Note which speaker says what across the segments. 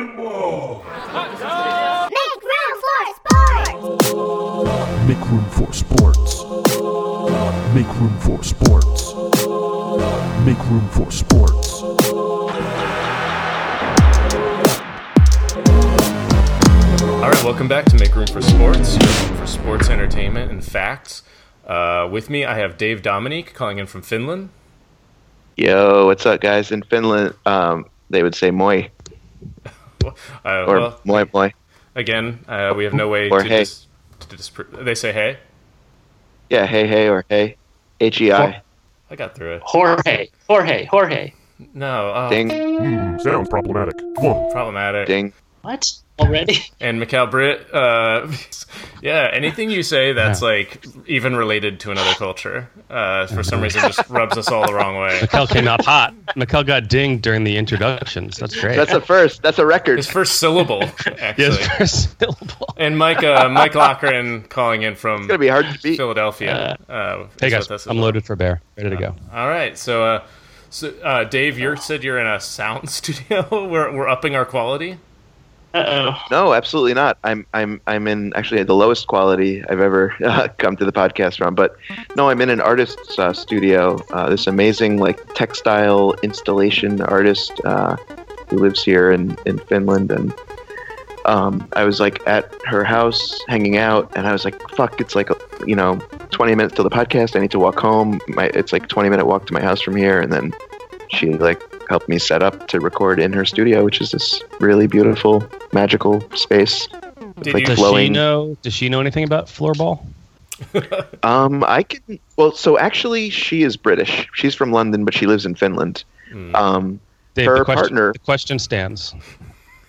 Speaker 1: more.
Speaker 2: Make room for sports!
Speaker 3: Make room for sports. Make room for sports. Make room for sports.
Speaker 4: All right, welcome back to Make Room for Sports, your home for sports entertainment and facts. Uh, with me, I have Dave Dominique calling in from Finland.
Speaker 5: Yo, what's up, guys? In Finland, um, they would say moi
Speaker 4: Uh,
Speaker 5: or
Speaker 4: well,
Speaker 5: moi moi.
Speaker 4: again, uh, we have no way
Speaker 5: Or
Speaker 4: to,
Speaker 5: hey.
Speaker 4: dis- to disprove. They say hey.
Speaker 5: Yeah, hey hey or hey, H E I.
Speaker 4: I got through it.
Speaker 6: Jorge, Jorge, Jorge.
Speaker 4: No, oh,
Speaker 5: Ding
Speaker 3: Sounds problematic. Whoa.
Speaker 4: problematic.
Speaker 5: ding.
Speaker 6: What? Already?
Speaker 4: And Mikhail Britt, uh, yeah, anything you say that's like even related to another culture, uh, for some reason just rubs us all the wrong way.
Speaker 7: Mikel came up hot. Mikel got dinged during the introductions. That's great.
Speaker 5: That's a first. That's a record.
Speaker 4: His first syllable, actually.
Speaker 7: His first syllable.
Speaker 4: And Mike, uh, Mike Lochran calling in from
Speaker 5: It's gonna be hard to beat.
Speaker 4: Philadelphia. Uh,
Speaker 7: Hey
Speaker 4: is
Speaker 7: guys,
Speaker 4: what this is
Speaker 7: I'm
Speaker 4: about.
Speaker 7: loaded for bear. Ready to go.
Speaker 4: All right, so uh, so uh, Dave, you said you're in a sound studio. we're we're upping our quality.
Speaker 6: Uh oh.
Speaker 5: No, absolutely not. I'm I'm I'm in actually the lowest quality I've ever uh, come to the podcast from. But no, I'm in an artist's uh, studio. Uh, this amazing like textile installation artist uh, who lives here in in Finland, and um, I was like at her house hanging out, and I was like, "Fuck, it's like you know, 20 minutes till the podcast. I need to walk home. My it's like 20 minute walk to my house from here, and then she like helped me set up to record in her studio, which is this really beautiful, magical space.
Speaker 4: Did
Speaker 5: Like
Speaker 4: you?
Speaker 5: the-
Speaker 7: Does she
Speaker 5: Glowing.
Speaker 7: know? Does she know anything about floorball?
Speaker 5: Um, I can. Well, so actually, she is British. She's from London, but she lives in Finland.
Speaker 4: Hmm.
Speaker 5: Um,
Speaker 7: Dave,
Speaker 5: Her
Speaker 7: the question,
Speaker 5: partner.
Speaker 7: The question stands.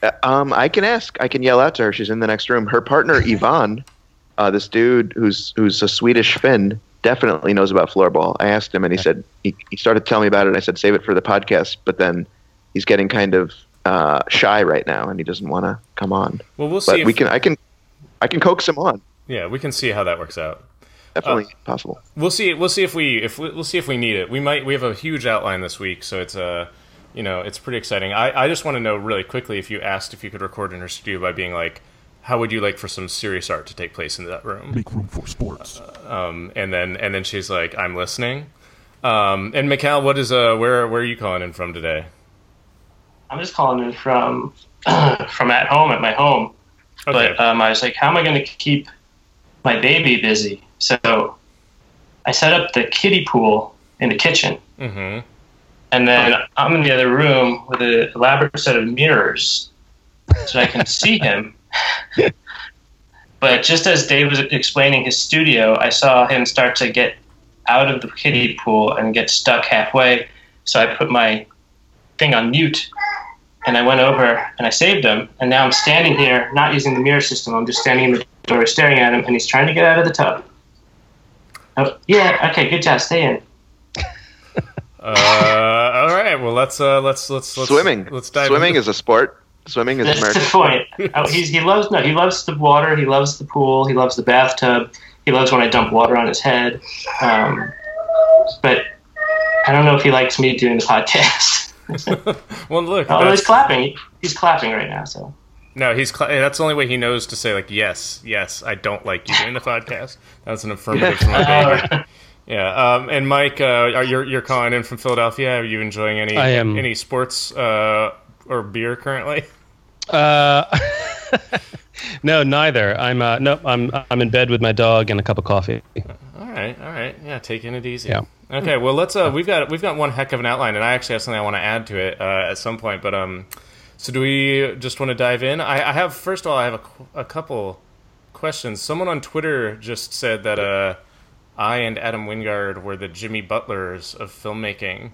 Speaker 5: Uh, Um, I can ask. I can yell out to her. She's in the next room. Her partner Ivan, uh, this dude who's who's a Swedish Finn, definitely knows about floorball. I asked him, and he said he, he started telling me about it. And I said save it for the podcast, but then he's getting kind of uh, shy right now, and he doesn't want to come on.
Speaker 4: Well, we'll see.
Speaker 5: But
Speaker 4: If,
Speaker 5: we can. I can. I can coax him on.
Speaker 4: Yeah, we can see how that works out.
Speaker 5: Definitely
Speaker 4: Uh,
Speaker 5: possible.
Speaker 4: We'll see. We'll see if we if we, we'll see if we need it. We might. We have a huge outline this week, so it's Uh, you know, it's pretty exciting. I, I just want to know really quickly if you asked if you could record in her studio by being like, how would you like for some serious art to take place in that room? Um,
Speaker 5: Mm-hmm.
Speaker 3: Make room for sports.
Speaker 4: and then and then she's like, "I'm listening." Um, and Mikal, what is uh, where where are you calling in from today?
Speaker 6: I'm just calling in from from at home at my home.
Speaker 4: Okay,
Speaker 6: But um, I was like, how am I going to keep my baby busy? So I set up the kiddie pool in the kitchen,
Speaker 4: hmm
Speaker 6: and then I'm in the other room with an elaborate set of mirrors so I can see him. but just as Dave was explaining his studio, I saw him start to get out of the kiddie pool and get stuck halfway. So I put my thing on mute and I went over and I saved him. And now I'm standing here, not using the mirror system. I'm just standing in the door staring at him, and he's trying to get out of the tub. Oh, yeah, okay, good job. Stay in.
Speaker 4: Uh, all right. Well, let's uh, let's let's let's
Speaker 5: Swimming.
Speaker 4: Let's dive.
Speaker 5: Swimming
Speaker 4: into-
Speaker 5: is a sport. Swimming is
Speaker 6: That's
Speaker 5: American.
Speaker 6: the point. Oh, he's, he loves no. He loves the water. He loves the pool. He loves the bathtub. He loves when I dump water on his head. Um, but I don't know if he likes me doing the podcast.
Speaker 4: well, look.
Speaker 6: oh, he's
Speaker 4: that's-
Speaker 6: clapping. He's clapping right now. So
Speaker 4: no, he's cla that's the only way he knows to say like yes, yes. I don't like you doing the podcast. That's an affirmative from my baby. Yeah. Um, and Mike, uh, are you're you're calling in from Philadelphia? Are you enjoying any
Speaker 7: I am.
Speaker 4: any sports uh, or beer currently?
Speaker 7: Uh, no, neither. I'm uh, no. I'm I'm in bed with my dog and a cup of coffee.
Speaker 4: All right, all right, yeah, taking it easy.
Speaker 7: Yeah.
Speaker 4: Okay, well, let's. Uh, we've got we've got one heck of an outline, and I actually have something I want to add to it uh, at some point. But um, so do we just want to dive in? I, I have first of all, I have a, qu- a couple questions. Someone on Twitter just said that uh, I and Adam Wingard were the Jimmy Butlers of filmmaking,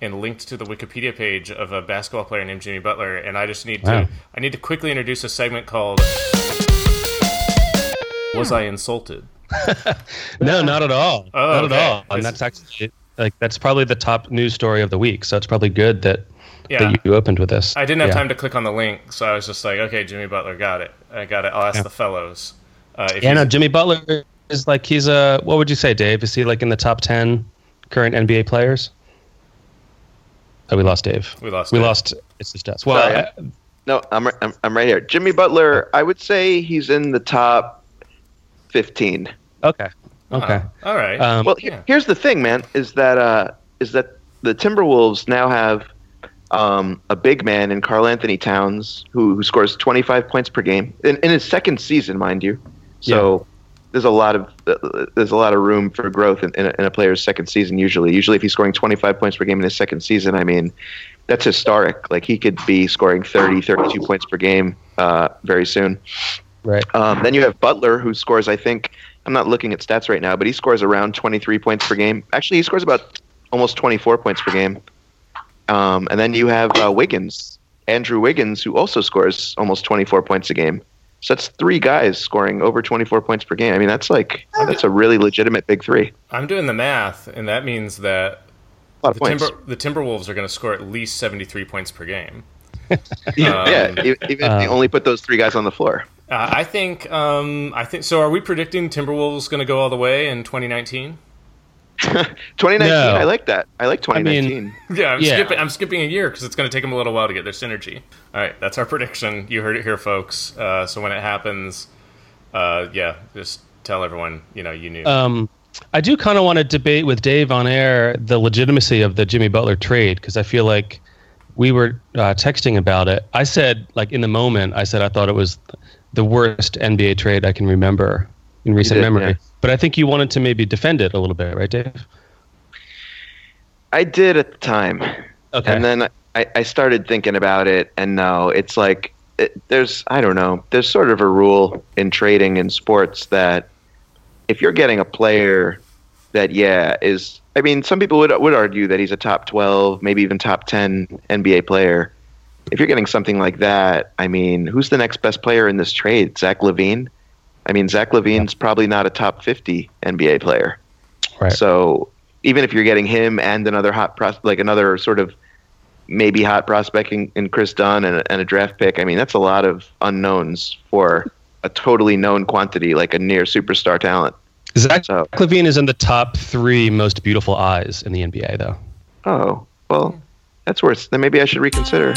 Speaker 4: and linked to the Wikipedia page of a basketball player named Jimmy Butler. And I just need
Speaker 7: Wow.
Speaker 4: to I need to quickly introduce a segment called "Was I Insulted."
Speaker 7: No, not at all.
Speaker 4: Oh,
Speaker 7: not
Speaker 4: okay.
Speaker 7: at all. And that's actually like that's probably the top news story of the week. So it's probably good that
Speaker 4: Yeah.
Speaker 7: that you opened with this.
Speaker 4: I didn't have
Speaker 7: Yeah.
Speaker 4: time to click on the link, so I was just like, okay, Jimmy Butler, got it. I got it. I'll ask the fellows. Uh, if
Speaker 7: Yeah, no,
Speaker 4: he's-
Speaker 7: Jimmy Butler is like he's a what would you say, Dave? Is he like in the top ten current NBA players? Oh, we lost Dave.
Speaker 4: We lost
Speaker 7: We
Speaker 4: Dave.
Speaker 7: lost. It's the stats. Well,
Speaker 5: Sorry.
Speaker 7: uh,
Speaker 5: No, I'm, I'm, I'm right here. Jimmy Butler, I would say he's in the top 15.
Speaker 7: uh, Okay.
Speaker 4: Huh.
Speaker 7: Okay.
Speaker 4: All right.
Speaker 7: Um,
Speaker 5: Well, he-
Speaker 4: Yeah.
Speaker 5: here's the thing, man, is that uh, is that the Timberwolves now have um, a big man in Carl Anthony Towns who, who scores 25 points per game in, in his second season, mind you. So there's a lot of uh, there's a lot of room for growth in, in, a, in a player's second season. Usually, usually if he's scoring 25 points per game in his second season, I mean, that's historic. Like he could be scoring 30, 32 points per game uh, very soon.
Speaker 7: right.
Speaker 5: Um, then you have Butler, who scores, I think, I'm not looking at stats right now, but he scores around 23 points per game. Actually, he scores about almost 24 points per game. Um, and then you have uh, Wiggins, Andrew Wiggins, who also scores almost 24 points a game. So that's three guys scoring over 24 points per game. I mean, that's like, that's a really legitimate big three.
Speaker 4: I'm doing the math, and that means that
Speaker 5: A lot of
Speaker 4: the,
Speaker 5: points.
Speaker 4: Timber, the Timberwolves are going to score at least 73 points per game.
Speaker 5: yeah, e- even if they
Speaker 7: um,
Speaker 5: only put those three guys on the floor.
Speaker 4: Uh, I think. Um, I think. So, are we predicting Timberwolves going to go all the way in 2019?
Speaker 5: 2019,
Speaker 7: No.
Speaker 5: I like that. I like
Speaker 7: mean-
Speaker 5: 2019.
Speaker 4: Yeah, I'm
Speaker 7: Yeah.
Speaker 4: skipping. I'm skipping a year because it's going to take them a little while to get their synergy. All right, that's our prediction. You heard it here, folks. Uh, so when it happens, uh, yeah, just tell everyone. You know, you knew.
Speaker 7: Um, I do kind of want to debate with Dave on air the legitimacy of the Jimmy Butler trade because I feel like we were uh, texting about it. I said, like in the moment, I said I thought it was the worst NBA trade I can remember in recent
Speaker 5: did,
Speaker 7: memory.
Speaker 5: yeah.
Speaker 7: But I think you wanted to maybe defend it a little bit, right, Dave?
Speaker 5: I did at the time.
Speaker 7: Okay.
Speaker 5: And then I, I started thinking about it, and no, it's like it, there's I don't know. There's sort of a rule in trading in sports that if you're getting a player that yeah is I mean some people would would argue that he's a top 12, maybe even top 10 NBA player. If you're getting something like that, I mean, who's the next best player in this trade? Zach Levine? I mean, Zach Levine's probably not a top 50 NBA player.
Speaker 7: Right.
Speaker 5: So even if you're getting him and another hot pros- like another sort of maybe hot prospect in, in Chris Dunn and a, and a draft pick, I mean that's a lot of unknowns for a totally known quantity like a near superstar talent.
Speaker 7: Zach
Speaker 5: So-
Speaker 7: Levine is in the top three most beautiful eyes in the NBA, though.
Speaker 5: Oh well, that's worse. Then maybe I should reconsider.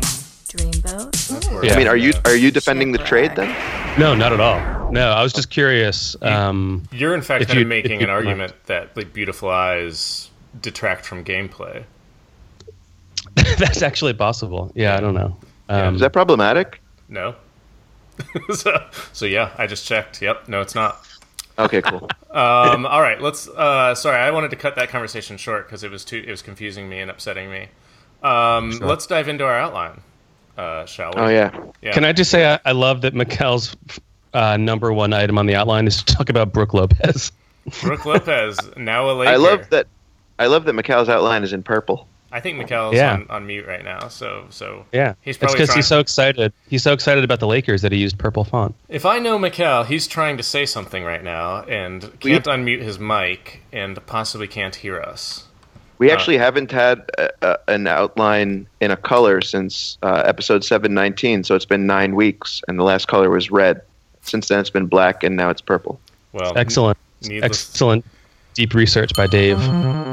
Speaker 8: Dreamboat.
Speaker 5: I mean,
Speaker 7: Yeah.
Speaker 5: are you are you defending the trade then?
Speaker 7: No, not at all. No, I was just curious. Um,
Speaker 4: You're in fact
Speaker 7: If
Speaker 4: kind of
Speaker 7: you- if
Speaker 4: making an
Speaker 7: you correct.
Speaker 4: argument that like beautiful eyes detract from gameplay.
Speaker 7: that's actually possible. Yeah, I don't know. Um,
Speaker 5: Is that problematic?
Speaker 4: No. so, so yeah, I just checked. Yep. No, it's not.
Speaker 5: Okay, cool.
Speaker 4: Um, all right, let's. Uh, sorry, I wanted to cut that conversation short because it was too. It was confusing me and upsetting me. Um, Let's dive into our outline, uh, shall we?
Speaker 5: Oh yeah.
Speaker 7: Can I just say I, I love that Mikel's uh, number one item on the outline is to talk about Brooke Lopez.
Speaker 4: Brooke Lopez now a Laker.
Speaker 5: I love that. I love that Macau's outline is in purple.
Speaker 4: I think Mikel's
Speaker 7: Yeah.
Speaker 4: on, on mute right now, so so
Speaker 7: Yeah,
Speaker 4: He's
Speaker 7: it's
Speaker 4: probably
Speaker 7: because he's so
Speaker 4: trying- Oh,
Speaker 7: excited. He's so excited about the Lakers that he used purple font.
Speaker 4: If I know Mikel, he's trying to say something right now and can't unmute his mic and possibly can't hear us.
Speaker 5: We actually haven't had a, a, an outline in a color since uh, episode 719, so it's been nine weeks, and the last color was red. Since then, it's been black, and now it's purple.
Speaker 4: Well,
Speaker 7: Excellent,
Speaker 4: Needless-
Speaker 7: excellent deep research by Dave,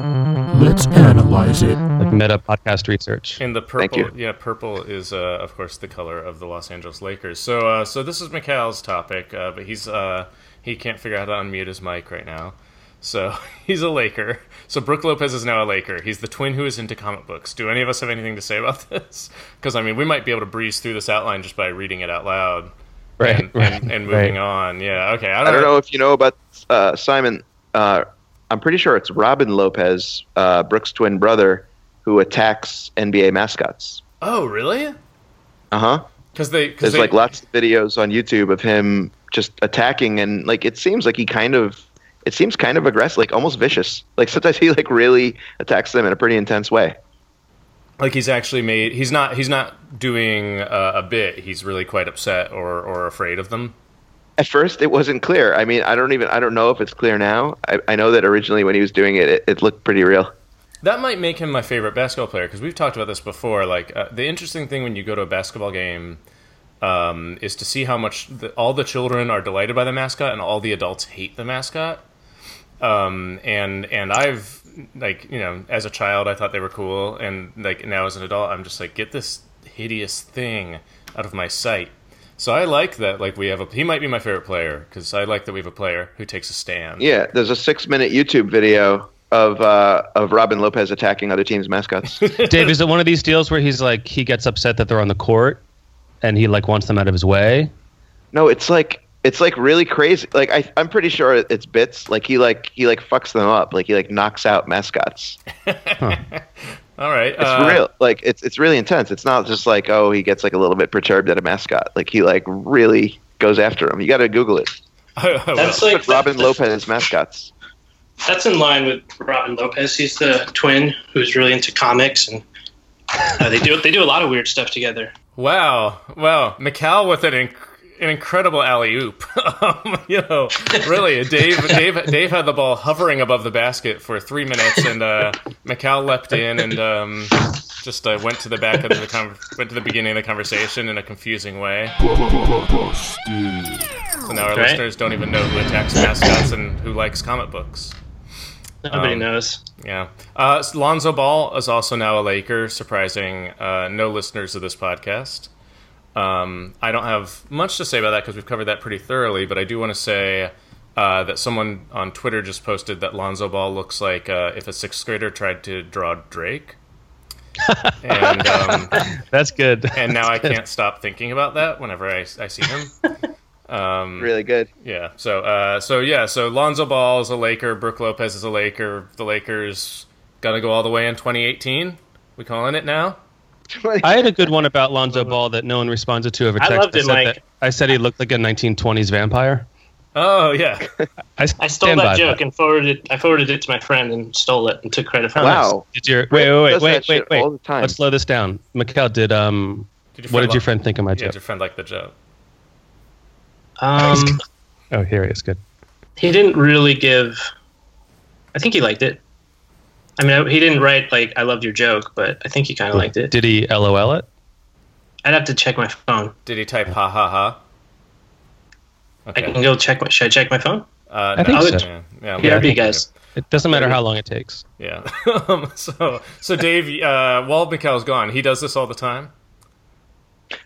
Speaker 3: Let's analyze it.
Speaker 7: like meta podcast research.
Speaker 4: And the
Speaker 5: Thank
Speaker 4: purple, yeah, purple is uh, of course the color of the Los Angeles Lakers. So, uh, so this is Mikhail's topic, uh, but he's uh, he can't figure out how to unmute his mic right now. So he's a Laker. So Brooke Lopez is now a Laker. He's the twin who is into comic books. Do any of us have anything to say about this? Because I mean, we might be able to breeze through this outline just by reading it out loud
Speaker 7: Right,
Speaker 4: and,
Speaker 7: right,
Speaker 4: and, and moving
Speaker 7: right.
Speaker 4: on. Yeah. Okay. I don't,
Speaker 5: I don't know if you know about uh, Simon. Uh, I'm pretty sure it's Robin Lopez, uh, Brooks' twin brother, who attacks NBA mascots.
Speaker 4: Oh, really?
Speaker 5: Uh huh.
Speaker 4: Because they because
Speaker 5: There's like lots of videos on YouTube of him just attacking, and like it seems like he kind of, it seems kind of aggressive, like almost vicious. Like sometimes he like really attacks them in a pretty intense way.
Speaker 4: like he's actually made he's not he's not doing uh, a bit he's really quite upset or or afraid of them
Speaker 5: at first it wasn't clear i mean i don't even i don't know if it's clear now i, I know that originally when he was doing it, it it looked pretty real
Speaker 4: that might make him my favorite basketball player because we've talked about this before like uh, the interesting thing when you go to a basketball game um, is to see how much the, all the children are delighted by the mascot and all the adults hate the mascot um, and and i've like you know as a child I thought they were cool, and like now as an adult I'm just like get this hideous thing out of my sight. So I like that. Like we have a he might be my favorite player because I like that we have a player who takes a stand.
Speaker 5: Yeah, there's a six minute YouTube video of uh, of Robin Lopez attacking other teams' mascots.
Speaker 7: Dave, is it one of these deals where he's like he gets upset that they're on the court and he like wants them out of his way?
Speaker 5: no, it's like it's like really crazy. Like I, I'm pretty sure it's bits. Like he like he like fucks them up. Like he like knocks out mascots.
Speaker 4: All right, uh,
Speaker 5: It's real. Like it's it's really intense. It's not just like oh he gets like a little bit perturbed at a mascot. Like he like really goes after him. You got to Google it.
Speaker 9: That's like
Speaker 5: Oh, Robin
Speaker 9: that's,
Speaker 5: Lopez mascots.
Speaker 9: That's in line with Robin Lopez. He's the twin who's really into comics, and uh, they do they do a lot of weird stuff together.
Speaker 4: Wow, wow, Mikal with an inc- an incredible alley oop. um, you know, really, Dave Dave Dave had the ball hovering above the basket for three minutes, and uh, Mikal leapt in and um, just uh, went to the back of the con- went to the beginning of the conversation in a confusing way.
Speaker 3: Busted.
Speaker 4: So now our
Speaker 9: Okay.
Speaker 4: listeners don't even know who attacks mascots and who likes comic books.
Speaker 9: Nobody
Speaker 5: Oh.
Speaker 9: knows.
Speaker 4: Yeah. Uh, Lonzo Ball is also now a Laker, surprising uh, no listeners of this podcast. Um, I don't have much to say about that because we've covered that pretty thoroughly, but I do want to say uh, that someone on Twitter just posted that Lonzo Ball looks like uh, if a sixth grader tried to draw Drake. and, um,
Speaker 7: That's good.
Speaker 4: and now I can't stop thinking about that whenever I, I see him. Um,
Speaker 5: Really good.
Speaker 4: yeah. So uh, so yeah. So Lonzo Ball is a Laker. Brooke Lopez is a Laker. The Lakers gonna go all the way in 2018. We calling it now.
Speaker 7: I had a good one about Lonzo Ball that no one responded to over
Speaker 9: I
Speaker 7: text.
Speaker 9: loved it,
Speaker 7: said
Speaker 9: Mike.
Speaker 7: that- I said he looked like a 1920s vampire.
Speaker 4: Oh yeah.
Speaker 7: I,
Speaker 9: I stole
Speaker 7: stand by
Speaker 9: that joke and forwarded. I forwarded it to my friend and stole it and took credit for
Speaker 5: Wow.
Speaker 7: Did your wait wait
Speaker 5: does
Speaker 7: wait
Speaker 5: that
Speaker 7: wait
Speaker 5: shit
Speaker 7: wait
Speaker 5: all the
Speaker 7: wait?
Speaker 5: time.
Speaker 7: Let's slow this down. Mikhail, did um,
Speaker 4: Did
Speaker 7: what did your friend think of my
Speaker 4: Yeah, did
Speaker 7: joke?
Speaker 4: your friend like the joke?
Speaker 9: it. Um,
Speaker 7: Oh, here he is. Good.
Speaker 9: he didn't really give. I think he liked it. I mean, I- he didn't write like "I loved your joke," but I think he kind of liked it.
Speaker 7: Did he LOL it?
Speaker 9: I'd have to check my phone.
Speaker 4: Did he type ha ha ha?
Speaker 9: I
Speaker 4: Okay.
Speaker 9: can go check my. Should I check my phone?
Speaker 4: Uh,
Speaker 7: I think
Speaker 4: no,
Speaker 7: so.
Speaker 4: Yeah. Yeah.
Speaker 9: Yeah,
Speaker 4: yeah.
Speaker 9: up to you guys.
Speaker 7: It doesn't matter how long it takes.
Speaker 4: Um, so so Dave, uh, while Mikhail's gone, he does this all the time.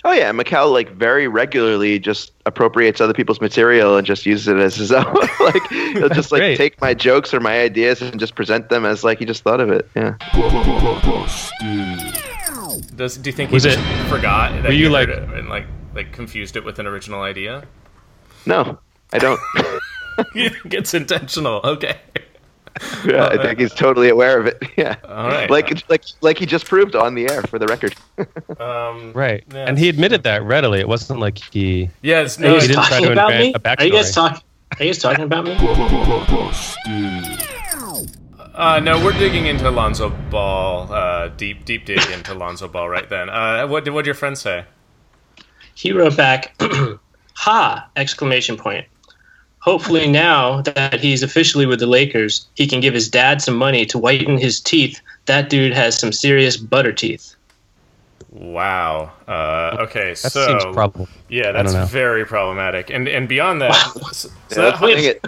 Speaker 5: Oh yeah, Mikal like very regularly just appropriates other people's material and just uses it as his own. like he'll just like
Speaker 7: great.
Speaker 5: take my jokes or my ideas and just present them as like he just thought of it. Yeah.
Speaker 3: Busted.
Speaker 4: Does do you think
Speaker 7: Was
Speaker 4: he
Speaker 7: it-
Speaker 4: just forgot? That
Speaker 7: were you,
Speaker 4: he heard
Speaker 7: like-
Speaker 4: it and like like confused it with an original idea?
Speaker 5: No, I don't.
Speaker 4: you think it's intentional? Okay.
Speaker 5: yeah, I think he's totally aware of it. Yeah.
Speaker 4: All right.
Speaker 5: Like like like he just proved on the air for the record.
Speaker 4: Um,
Speaker 7: Right.
Speaker 4: Yeah.
Speaker 7: and he admitted that readily. It wasn't like he.
Speaker 4: Yes.
Speaker 9: Are you
Speaker 4: No.
Speaker 7: he
Speaker 9: guys
Speaker 4: it's-
Speaker 7: didn't try
Speaker 9: talking
Speaker 7: to
Speaker 9: about me?
Speaker 7: invent a
Speaker 9: Are you guys
Speaker 7: backstory.
Speaker 9: talking? Are you guys talking about me?
Speaker 3: Busted.
Speaker 4: Uh, no, we're digging into Lonzo Ball. Uh, deep, deep dig into Lonzo Ball right then. Uh, what did what your friend say?
Speaker 9: He wrote back, "Ha!" Exclamation point. Hopefully now that he's officially with the Lakers, he can give his dad some money to whiten his teeth. That dude has some serious butter teeth.
Speaker 4: Wow. Uh, okay.
Speaker 7: That
Speaker 4: so
Speaker 7: seems probable.
Speaker 4: yeah,
Speaker 7: don't
Speaker 4: that's
Speaker 7: know.
Speaker 4: very problematic. And and beyond that, so, so
Speaker 5: Yeah,
Speaker 4: that,
Speaker 5: dang it.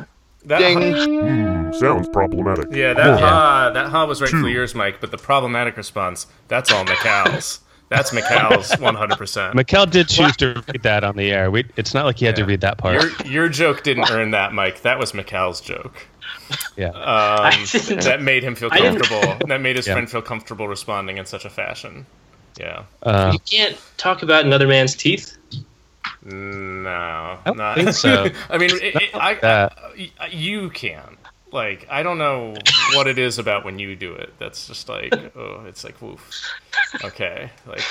Speaker 4: that,
Speaker 5: Ding.
Speaker 3: Hmm, Sounds problematic.
Speaker 4: yeah, that ha that ha was right for yours, Mike. But the problematic response that's all McCall's. that's McCall's one hundred percent.
Speaker 7: Mikkel did choose to read that on the air. We, it's not like he had to read that part.
Speaker 4: Your your joke didn't earn that, Mike. That was McCall's joke.
Speaker 7: yeah.
Speaker 4: Um,
Speaker 9: didn't-
Speaker 4: that made him feel
Speaker 9: I didn't-
Speaker 4: comfortable. that made his
Speaker 7: Yeah.
Speaker 4: friend feel comfortable responding in such a fashion. Yeah.
Speaker 7: Uh,
Speaker 9: You can't talk about another man's teeth.
Speaker 4: No. I
Speaker 7: don't think so.
Speaker 4: I mean, it, it, I,
Speaker 7: that.
Speaker 4: I- uh, you can. Like, I don't know what it is about when you do it. That's just like, oh, it's like, woof. Okay. Like,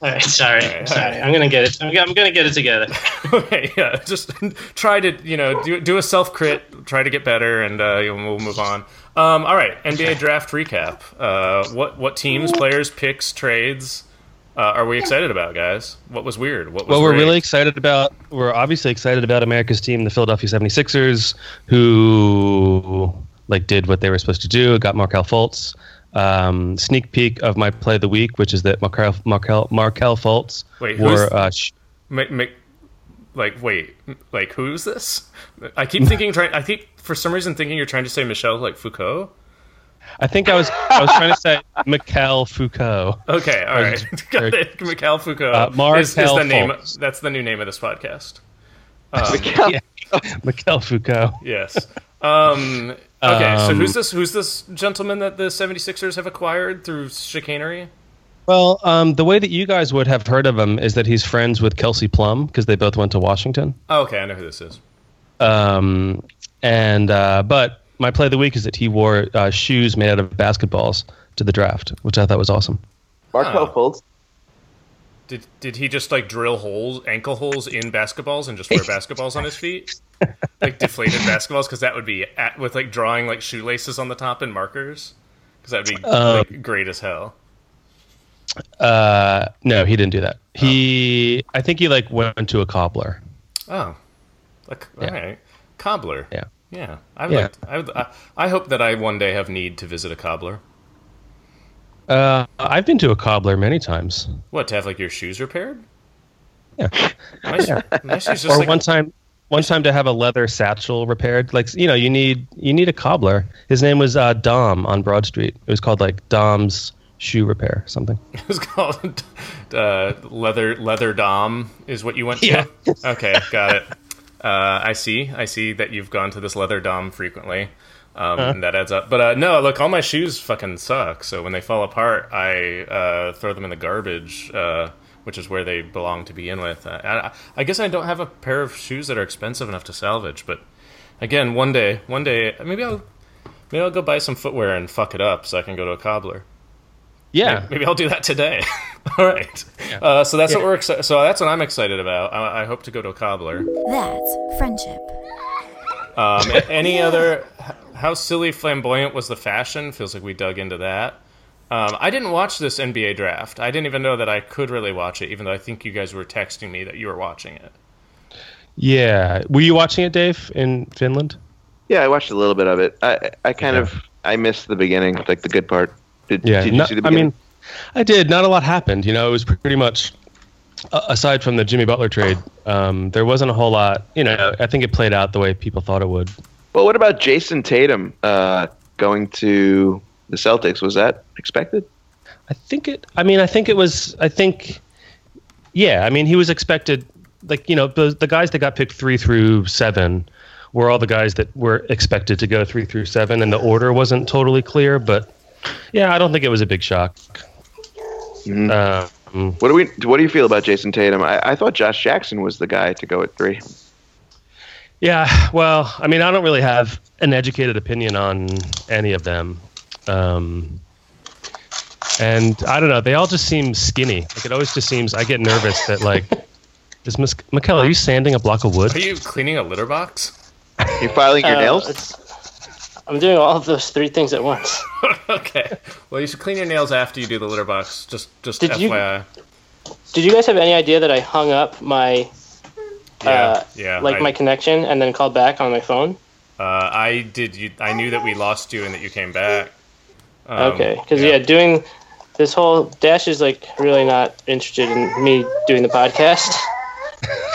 Speaker 9: All right, sorry,
Speaker 4: All right, all
Speaker 9: sorry.
Speaker 4: right.
Speaker 9: I'm gonna get it. I'm, I'm gonna get it together.
Speaker 4: okay, yeah. Just try to, you know, do, do a self crit, try to get better, and uh, you know, we'll move on. Um, all right. NBA draft recap. Uh, what, what teams, players, picks, trades uh, are we excited about, guys? What was weird? What was
Speaker 7: well, we're
Speaker 4: great?
Speaker 7: really excited about. We're obviously excited about America's team, the Philadelphia 76ers, who like did what they were supposed to do. Got Markel Fultz. Um, sneak peek of my play of the week, which is that Markel Markel Markel Fultz
Speaker 4: Wait, who's-
Speaker 7: wore uh, sh-
Speaker 4: Mc, Mc, like wait, m- like who's this? I keep thinking trying. I keep for some reason thinking you're trying to say Michelle like Foucault.
Speaker 7: I think I was I was trying to say Michel Foucault.
Speaker 4: Okay, all right. Got it. Mikhail Foucault
Speaker 7: Uh, Mark
Speaker 4: is, is the name.
Speaker 7: Helfholtz.
Speaker 4: That's the new name of this podcast. Um,
Speaker 5: Yeah.
Speaker 7: Michel Foucault.
Speaker 4: yes. Um, okay, so
Speaker 7: Um,
Speaker 4: who's this? Who's this gentleman that the 76ers have acquired through chicanery?
Speaker 7: Well, um, the way that you guys would have heard of him is that he's friends with Kelsey Plum because they both went to Washington.
Speaker 4: Oh, okay, I know who this is.
Speaker 7: Um, and uh, but my play of the week is that he wore uh, shoes made out of basketballs to the draft, which I thought was awesome.
Speaker 5: Mark
Speaker 4: Oh.
Speaker 5: Helfholtz.
Speaker 4: Did did he just like drill holes, ankle holes in basketballs, and just wear basketballs on his feet, like deflated basketballs? Because that would be at, with like drawing like shoelaces on the top and markers. Because that'd be
Speaker 7: Um,
Speaker 4: like, great as hell.
Speaker 7: Uh, no, he didn't do that. He, I think he like went to a cobbler.
Speaker 4: Oh, like all right, cobbler.
Speaker 7: Yeah.
Speaker 4: yeah. I would.
Speaker 7: Yeah.
Speaker 4: Like I would. I, I hope that I one day have need to visit a cobbler.
Speaker 7: Uh, I've been to a cobbler many times.
Speaker 4: What to have like your shoes repaired?
Speaker 7: Yeah.
Speaker 4: My, sh- my shoes just
Speaker 7: or
Speaker 4: like
Speaker 7: one time, one time to have a leather satchel repaired. Like you know, you need you need a cobbler. His name was uh, Dom on Broad Street. It was called like Dom's Shoe Repair or something.
Speaker 4: it was called uh, leather leather dom is what you went to.
Speaker 7: Yeah.
Speaker 4: Okay, got it. Uh, I see. I see that you've gone to this leather dom frequently. Um, and that adds up. But uh, no, look, all my shoes fucking suck. So when they fall apart, I uh, throw them in the garbage, uh, which is where they belong to begin with. Uh, I, I guess I don't have a pair of shoes that are expensive enough to salvage. But again, one day, one day, maybe I'll maybe I'll go buy some footwear and fuck it up so I can go to a cobbler.
Speaker 7: Yeah,
Speaker 4: Maybe I'll do that today. All right. Uh, so that's what we're excited. So that's what I'm excited about. I, I hope to go to a cobbler.
Speaker 8: That's friendship.
Speaker 4: Um, a- any other? h- How silly flamboyant was the fashion? Feels like we dug into that. Um, I didn't watch this NBA draft. I didn't even know that I could really watch it, even though I think you guys were texting me that you were watching it.
Speaker 7: yeah. Were you watching it, Dave, in Finland?
Speaker 5: Yeah, I watched a little bit of it. I I kind of I missed the beginning, like the good part. Did,
Speaker 7: Yeah,
Speaker 5: did you
Speaker 7: no-
Speaker 5: see the
Speaker 7: I
Speaker 5: beginning?
Speaker 7: mean, I did. Not a lot happened. You know, it was pretty much a- aside from the Jimmy Butler trade. Um, there wasn't a whole lot. You know, I think it played out the way people thought it would.
Speaker 5: well, what about Jason Tatum uh, going to the Celtics? Was that expected?
Speaker 7: I think it. I mean, I think it was. I think, yeah. I mean, he was expected. Like you know, the the guys that got picked three through seven were all the guys that were expected to go three through seven, and the order wasn't totally clear. But yeah, I don't think it was a big shock. Um,
Speaker 5: What do we? What do you feel about Jason Tatum? I, I thought Josh Jackson was the guy to go at three.
Speaker 7: Yeah, well, I mean, I don't really have an educated opinion on any of them. Um, and I don't know, they all just seem skinny. Like it always just seems I get nervous that like is Miss Mikkel, are you sanding a block of wood?
Speaker 4: Are you cleaning a litter box?
Speaker 5: You filing your
Speaker 4: Oh.
Speaker 9: Uh,
Speaker 5: nails?
Speaker 9: it's- I'm doing all of those three things at once.
Speaker 4: okay. Well, you should clean your nails after you do the litter box. Just, just
Speaker 9: Did you-
Speaker 4: FYI.
Speaker 9: Did you guys have any idea that I hung up my
Speaker 4: yeah.
Speaker 9: uh,
Speaker 4: yeah.
Speaker 9: like
Speaker 4: I-
Speaker 9: my connection and then called back on my phone?
Speaker 4: Uh, I did. You, I knew that we lost you and that you came back. Um,
Speaker 9: Okay, because yeah. doing this whole Dash is like really not interested in me doing the podcast,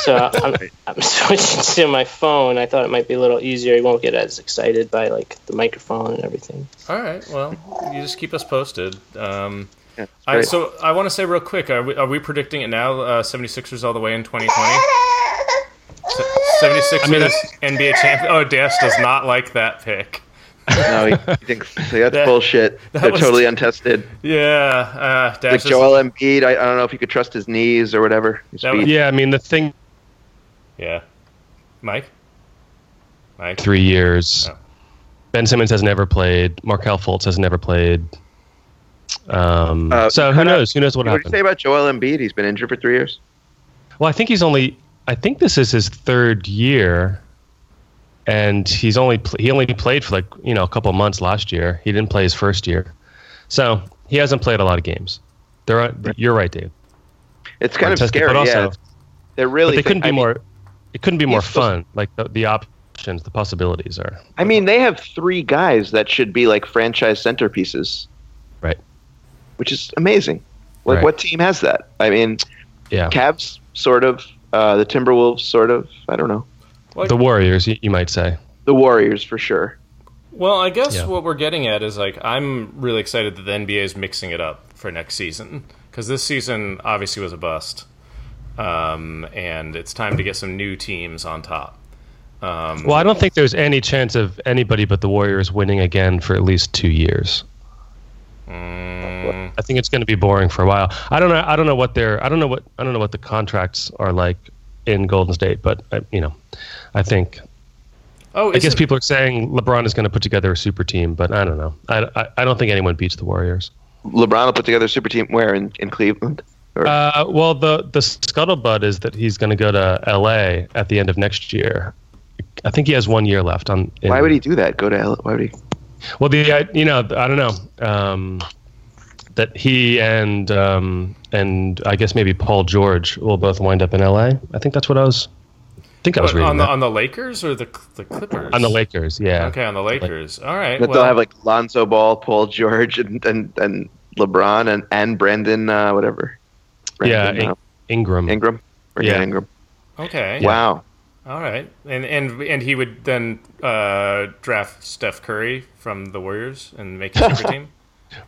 Speaker 9: so I'm, I'm switching to my phone. I thought it might be a little easier. You won't get as excited by like the microphone and everything.
Speaker 4: All right. Well, you just keep us posted. Um, I,
Speaker 5: Great.
Speaker 4: so I want to say real quick: Are we, are we predicting it now? Uh, 76ers all the way in 2020. 76ers
Speaker 7: mean,
Speaker 4: NBA champion. Oh, Dash does not like that pick.
Speaker 5: no, he, he thinks that's
Speaker 4: That-
Speaker 5: bullshit. They're
Speaker 4: was-
Speaker 5: totally untested.
Speaker 4: Yeah, uh,
Speaker 5: Like
Speaker 4: Dash. is-
Speaker 5: Joel Embiid, I, I don't know if you could trust his knees or whatever. His
Speaker 4: That was-
Speaker 5: feet.
Speaker 7: Yeah, I mean the thing
Speaker 4: yeah, Mike. Mike.
Speaker 7: three years.
Speaker 4: Oh.
Speaker 7: Ben Simmons has never played. Markel Fultz has never played. Um,
Speaker 5: Uh,
Speaker 7: so who knows? Who knows
Speaker 5: What
Speaker 7: what
Speaker 5: do you
Speaker 7: happened?
Speaker 5: say about Joel Embiid? He's been injured for three years.
Speaker 7: Well, I think he's only. I think this is his third year, and he's only pl- he only played for like you know a couple months last year. He didn't play his first year, so he hasn't played a lot of games. There, are, you're right, Dave.
Speaker 5: It's kind of
Speaker 7: Contested,
Speaker 5: scary.
Speaker 7: but also,
Speaker 5: yeah, they're
Speaker 7: but
Speaker 5: really.
Speaker 7: they couldn't
Speaker 5: I
Speaker 7: be
Speaker 5: mean-
Speaker 7: more. It couldn't be more
Speaker 5: He's supposed-
Speaker 7: fun. Like the, the options, the possibilities are
Speaker 5: I mean, they have three guys that should be like franchise centerpieces,
Speaker 7: right.
Speaker 5: which is amazing. Like,
Speaker 7: Right.
Speaker 5: what team has that? I mean,
Speaker 7: Yeah,
Speaker 5: Cavs, sort of. Uh, the Timberwolves, sort of. I don't know.
Speaker 7: the Warriors, you, you might say.
Speaker 5: The Warriors, for sure.
Speaker 4: Well, I guess
Speaker 7: Yeah.
Speaker 4: what we're getting at is like I'm really excited that the NBA is mixing it up for next season because this season obviously was a bust, um, and it's time to get some new teams on top.
Speaker 7: Well, I don't think there's any chance of anybody but the Warriors winning again for at least two years. I think it's going to be boring for a while. I don't know. I don't know what their. I don't know what. I don't know what the contracts are like in Golden State, but I, you know, I think.
Speaker 4: Oh,
Speaker 7: I guess
Speaker 4: isn't-
Speaker 7: people are saying LeBron is going to put together a super team, but I don't know. I, I, I don't think anyone beats the Warriors.
Speaker 5: LeBron will put together a super team where in, in Cleveland. Or,
Speaker 7: Uh, well, the the scuttlebutt is that he's going to go to L.A. at the end of next year. I think he has one year left on. in-
Speaker 5: why would he do that? Go to L. Why would he?
Speaker 7: Well, the uh, you know I don't know um, that he and um, and I guess maybe Paul George will both wind up in L.A. I think that's what I was. I think I was
Speaker 4: But
Speaker 7: reading
Speaker 4: on the
Speaker 7: that.
Speaker 4: on the Lakers or the the Clippers?
Speaker 7: on the Lakers. Yeah.
Speaker 4: Okay, on the Lakers. All right.
Speaker 5: That
Speaker 4: well,
Speaker 5: they'll have like Lonzo Ball, Paul George, and and, and LeBron and and Brandon uh, whatever.
Speaker 7: Yeah,
Speaker 5: Brandon, uh,
Speaker 7: In- Ingram.
Speaker 5: Ingram. Brandon
Speaker 7: Yeah.
Speaker 5: Ingram.
Speaker 4: okay.
Speaker 5: Wow.
Speaker 4: All right. And and and he would then uh, draft Steph Curry from the Warriors and make a super team.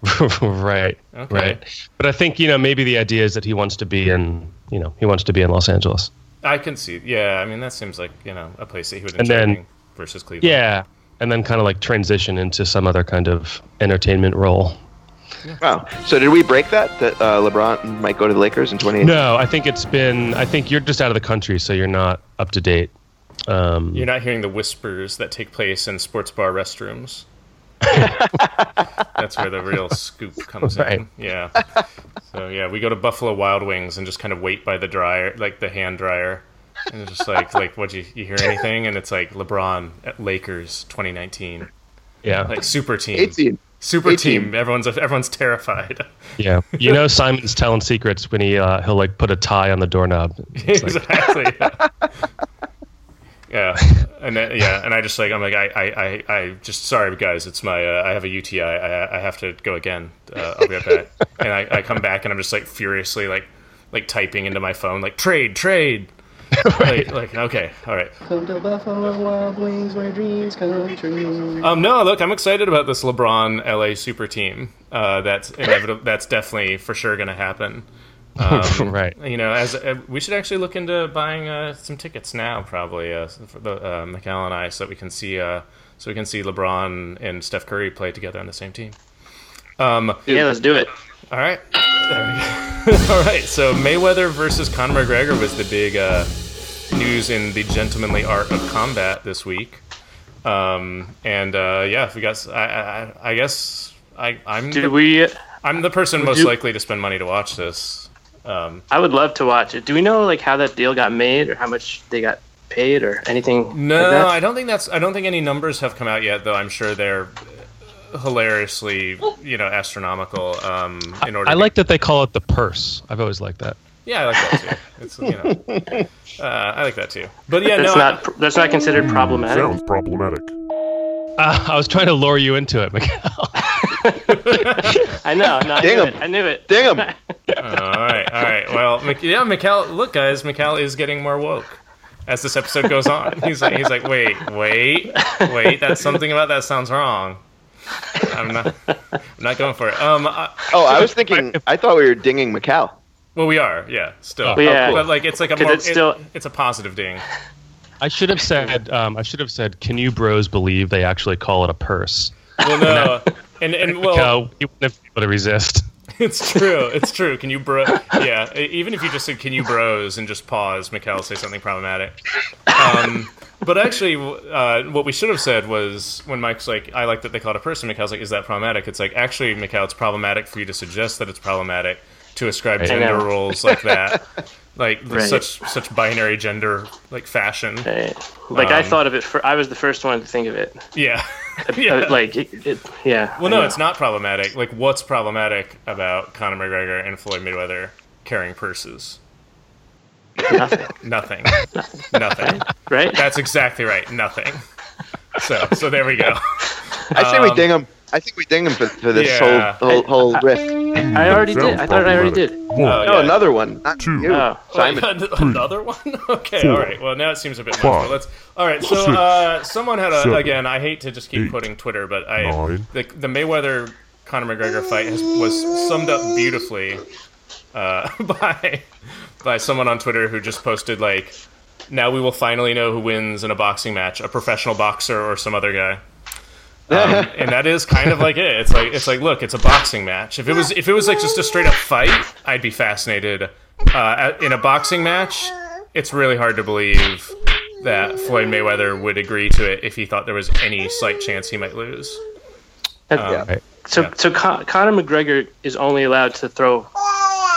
Speaker 7: right.
Speaker 4: Okay.
Speaker 7: Right. But I think you know maybe the idea is that he wants to be in you know he wants to be in Los Angeles.
Speaker 4: I can see. Yeah, I mean that seems like you know a place that he would enjoy
Speaker 7: And then-
Speaker 4: being versus Cleveland.
Speaker 7: Yeah. And then kind of like transition into some other kind of entertainment role.
Speaker 5: Wow. So did we break that? That uh, LeBron might go to the Lakers in 28?
Speaker 7: No, I think it's been. I think you're just out of the country, so you're not up to date. Um,
Speaker 4: You're not hearing the whispers that take place in sports bar restrooms. That's where the real scoop comes
Speaker 7: Right.
Speaker 4: in. Yeah. So yeah, we go to Buffalo Wild Wings and just kind of wait by the dryer, like the hand dryer, and it's just like like what you you hear anything, and it's like LeBron at Lakers 2019,
Speaker 7: yeah,
Speaker 4: like super team,
Speaker 5: 18.
Speaker 4: super
Speaker 5: 18.
Speaker 4: team. Everyone's everyone's terrified.
Speaker 7: yeah. You know, Simon's telling secrets when he uh, he'll like put a tie on the doorknob. It's like,
Speaker 4: exactly. yeah. and then, yeah, and I just like I'm like I I, I, I just sorry guys, it's my uh, I have a UTI. I I have to go again. Uh, I'll be right back. and I, I come back and I'm just like furiously like like typing into my phone like trade trade. like, like okay, all right.
Speaker 10: Come to Buffalo Wild Wings where dreams come true.
Speaker 4: Um, no, look, I'm excited about this LeBron LA super team. Uh, that's inevitable. that's definitely for sure going to happen. Um,
Speaker 7: Right.
Speaker 4: You know, as uh, we should actually look into buying uh, some tickets now, probably uh, for the uh, McCall and I, so that we can see uh, so we can see LeBron and Steph Curry play together on the same team.
Speaker 9: Yeah, let's do it.
Speaker 4: All right. There we go. All right. So Mayweather versus Conor McGregor was the big uh, news in the gentlemanly art of combat this week. Um, and uh, yeah, if we got, I, I, I guess I, I'm,
Speaker 9: Dude,
Speaker 4: the,
Speaker 9: we.
Speaker 4: I'm the person most
Speaker 9: you-
Speaker 4: likely to spend money to watch this. Um,
Speaker 9: I would love to watch it. Do we know like how that deal got made, or how much they got paid, or anything?
Speaker 4: no,
Speaker 9: like that?
Speaker 4: I don't think that's. I don't think any numbers have come out yet, though. I'm sure they're hilariously, you know, astronomical. Um, in order,
Speaker 7: I
Speaker 4: to
Speaker 7: like that they call it the purse. I've always liked that.
Speaker 4: Yeah, I like that too. It's, you know, uh, I like that too. But yeah,
Speaker 9: That's
Speaker 4: no, I-
Speaker 9: not that's not considered problematic.
Speaker 3: Sounds problematic.
Speaker 7: Uh, I was trying to lure you into it, Miguel.
Speaker 9: I know. No, I
Speaker 5: Dang
Speaker 9: knew
Speaker 5: 'em.
Speaker 9: it. I knew it.
Speaker 5: Dang 'em.
Speaker 4: all right, all right. Well, Mc- yeah, Mikal. Look, guys, Mikal is getting more woke as this episode goes on. He's like, he's like, wait, wait, wait. That's something about that sounds wrong. I'm not, I'm not going for it. Um, I,
Speaker 5: Oh, I was thinking. I thought we were dinging Macau.
Speaker 4: well, we are, yeah, still,
Speaker 7: But
Speaker 9: yeah.
Speaker 4: but like, it's like a
Speaker 9: 'Cause
Speaker 4: more,
Speaker 9: it's still-
Speaker 4: it- it's a positive ding.
Speaker 7: I should have said. Um, I should have said. Can you bros believe they actually call it a purse?
Speaker 4: Well, no, and and well,
Speaker 7: Miguel, you wouldn't have been able to resist.
Speaker 4: It's true. It's true. Can you bro? Yeah. e- Even if you just said "Can you bros" and just pause, Mikhail will say something problematic. Um, but actually, w- uh, what we should have said was when Mike's like, "I like that they call it a person." Mikhail's like, "Is that problematic?" It's like actually, Mikhail, it's problematic for you to suggest that it's problematic to ascribe gender
Speaker 9: know.
Speaker 4: roles like that, like
Speaker 9: Right.
Speaker 4: such such binary gender like fashion.
Speaker 9: Right. Like I
Speaker 4: Um,
Speaker 9: thought of it. For, I was the first one to think of it.
Speaker 4: Yeah.
Speaker 9: Uh,
Speaker 4: yeah.
Speaker 9: Like it, it, yeah.
Speaker 4: Well, no, it's not problematic. Like, what's problematic about Conor McGregor and Floyd Mayweather carrying purses?
Speaker 9: nothing,
Speaker 4: Nothing. Nothing.
Speaker 9: right?
Speaker 4: That's exactly right. Nothing. So, so there we go.
Speaker 5: I say we
Speaker 4: Um,
Speaker 5: ding him. I think we ding him for, for this
Speaker 4: yeah.
Speaker 5: whole whole, whole riff.
Speaker 6: I already did. I thought I already did.
Speaker 4: Oh,
Speaker 5: No,
Speaker 4: yeah.
Speaker 5: another one. Not
Speaker 3: Two.
Speaker 5: you,
Speaker 6: Oh.
Speaker 5: Simon.
Speaker 4: Wait, another one? Okay,
Speaker 3: Four.
Speaker 4: all right. Well, now it seems a bit much.
Speaker 3: Five.
Speaker 4: But let's. All right. So,
Speaker 3: Six.
Speaker 4: uh, someone had a
Speaker 3: Seven.
Speaker 4: again. I hate to just keep
Speaker 3: Eight.
Speaker 4: quoting Twitter, but I
Speaker 3: Nine.
Speaker 4: the, the Mayweather Conor McGregor fight has, was summed up beautifully uh, by by someone on Twitter who just posted like, "Now we will finally know who wins in a boxing match: a professional boxer or some other guy." Um, and that is kind of like it. It's like it's like look, it's a boxing match. If it was if it was like just a straight up fight, I'd be fascinated. Uh, in a boxing match, it's really hard to believe that Floyd Mayweather would agree to it if he thought there was any slight chance he might lose.
Speaker 5: yeah.
Speaker 6: So
Speaker 4: Yeah.
Speaker 6: so Con- Conor McGregor is only allowed to throw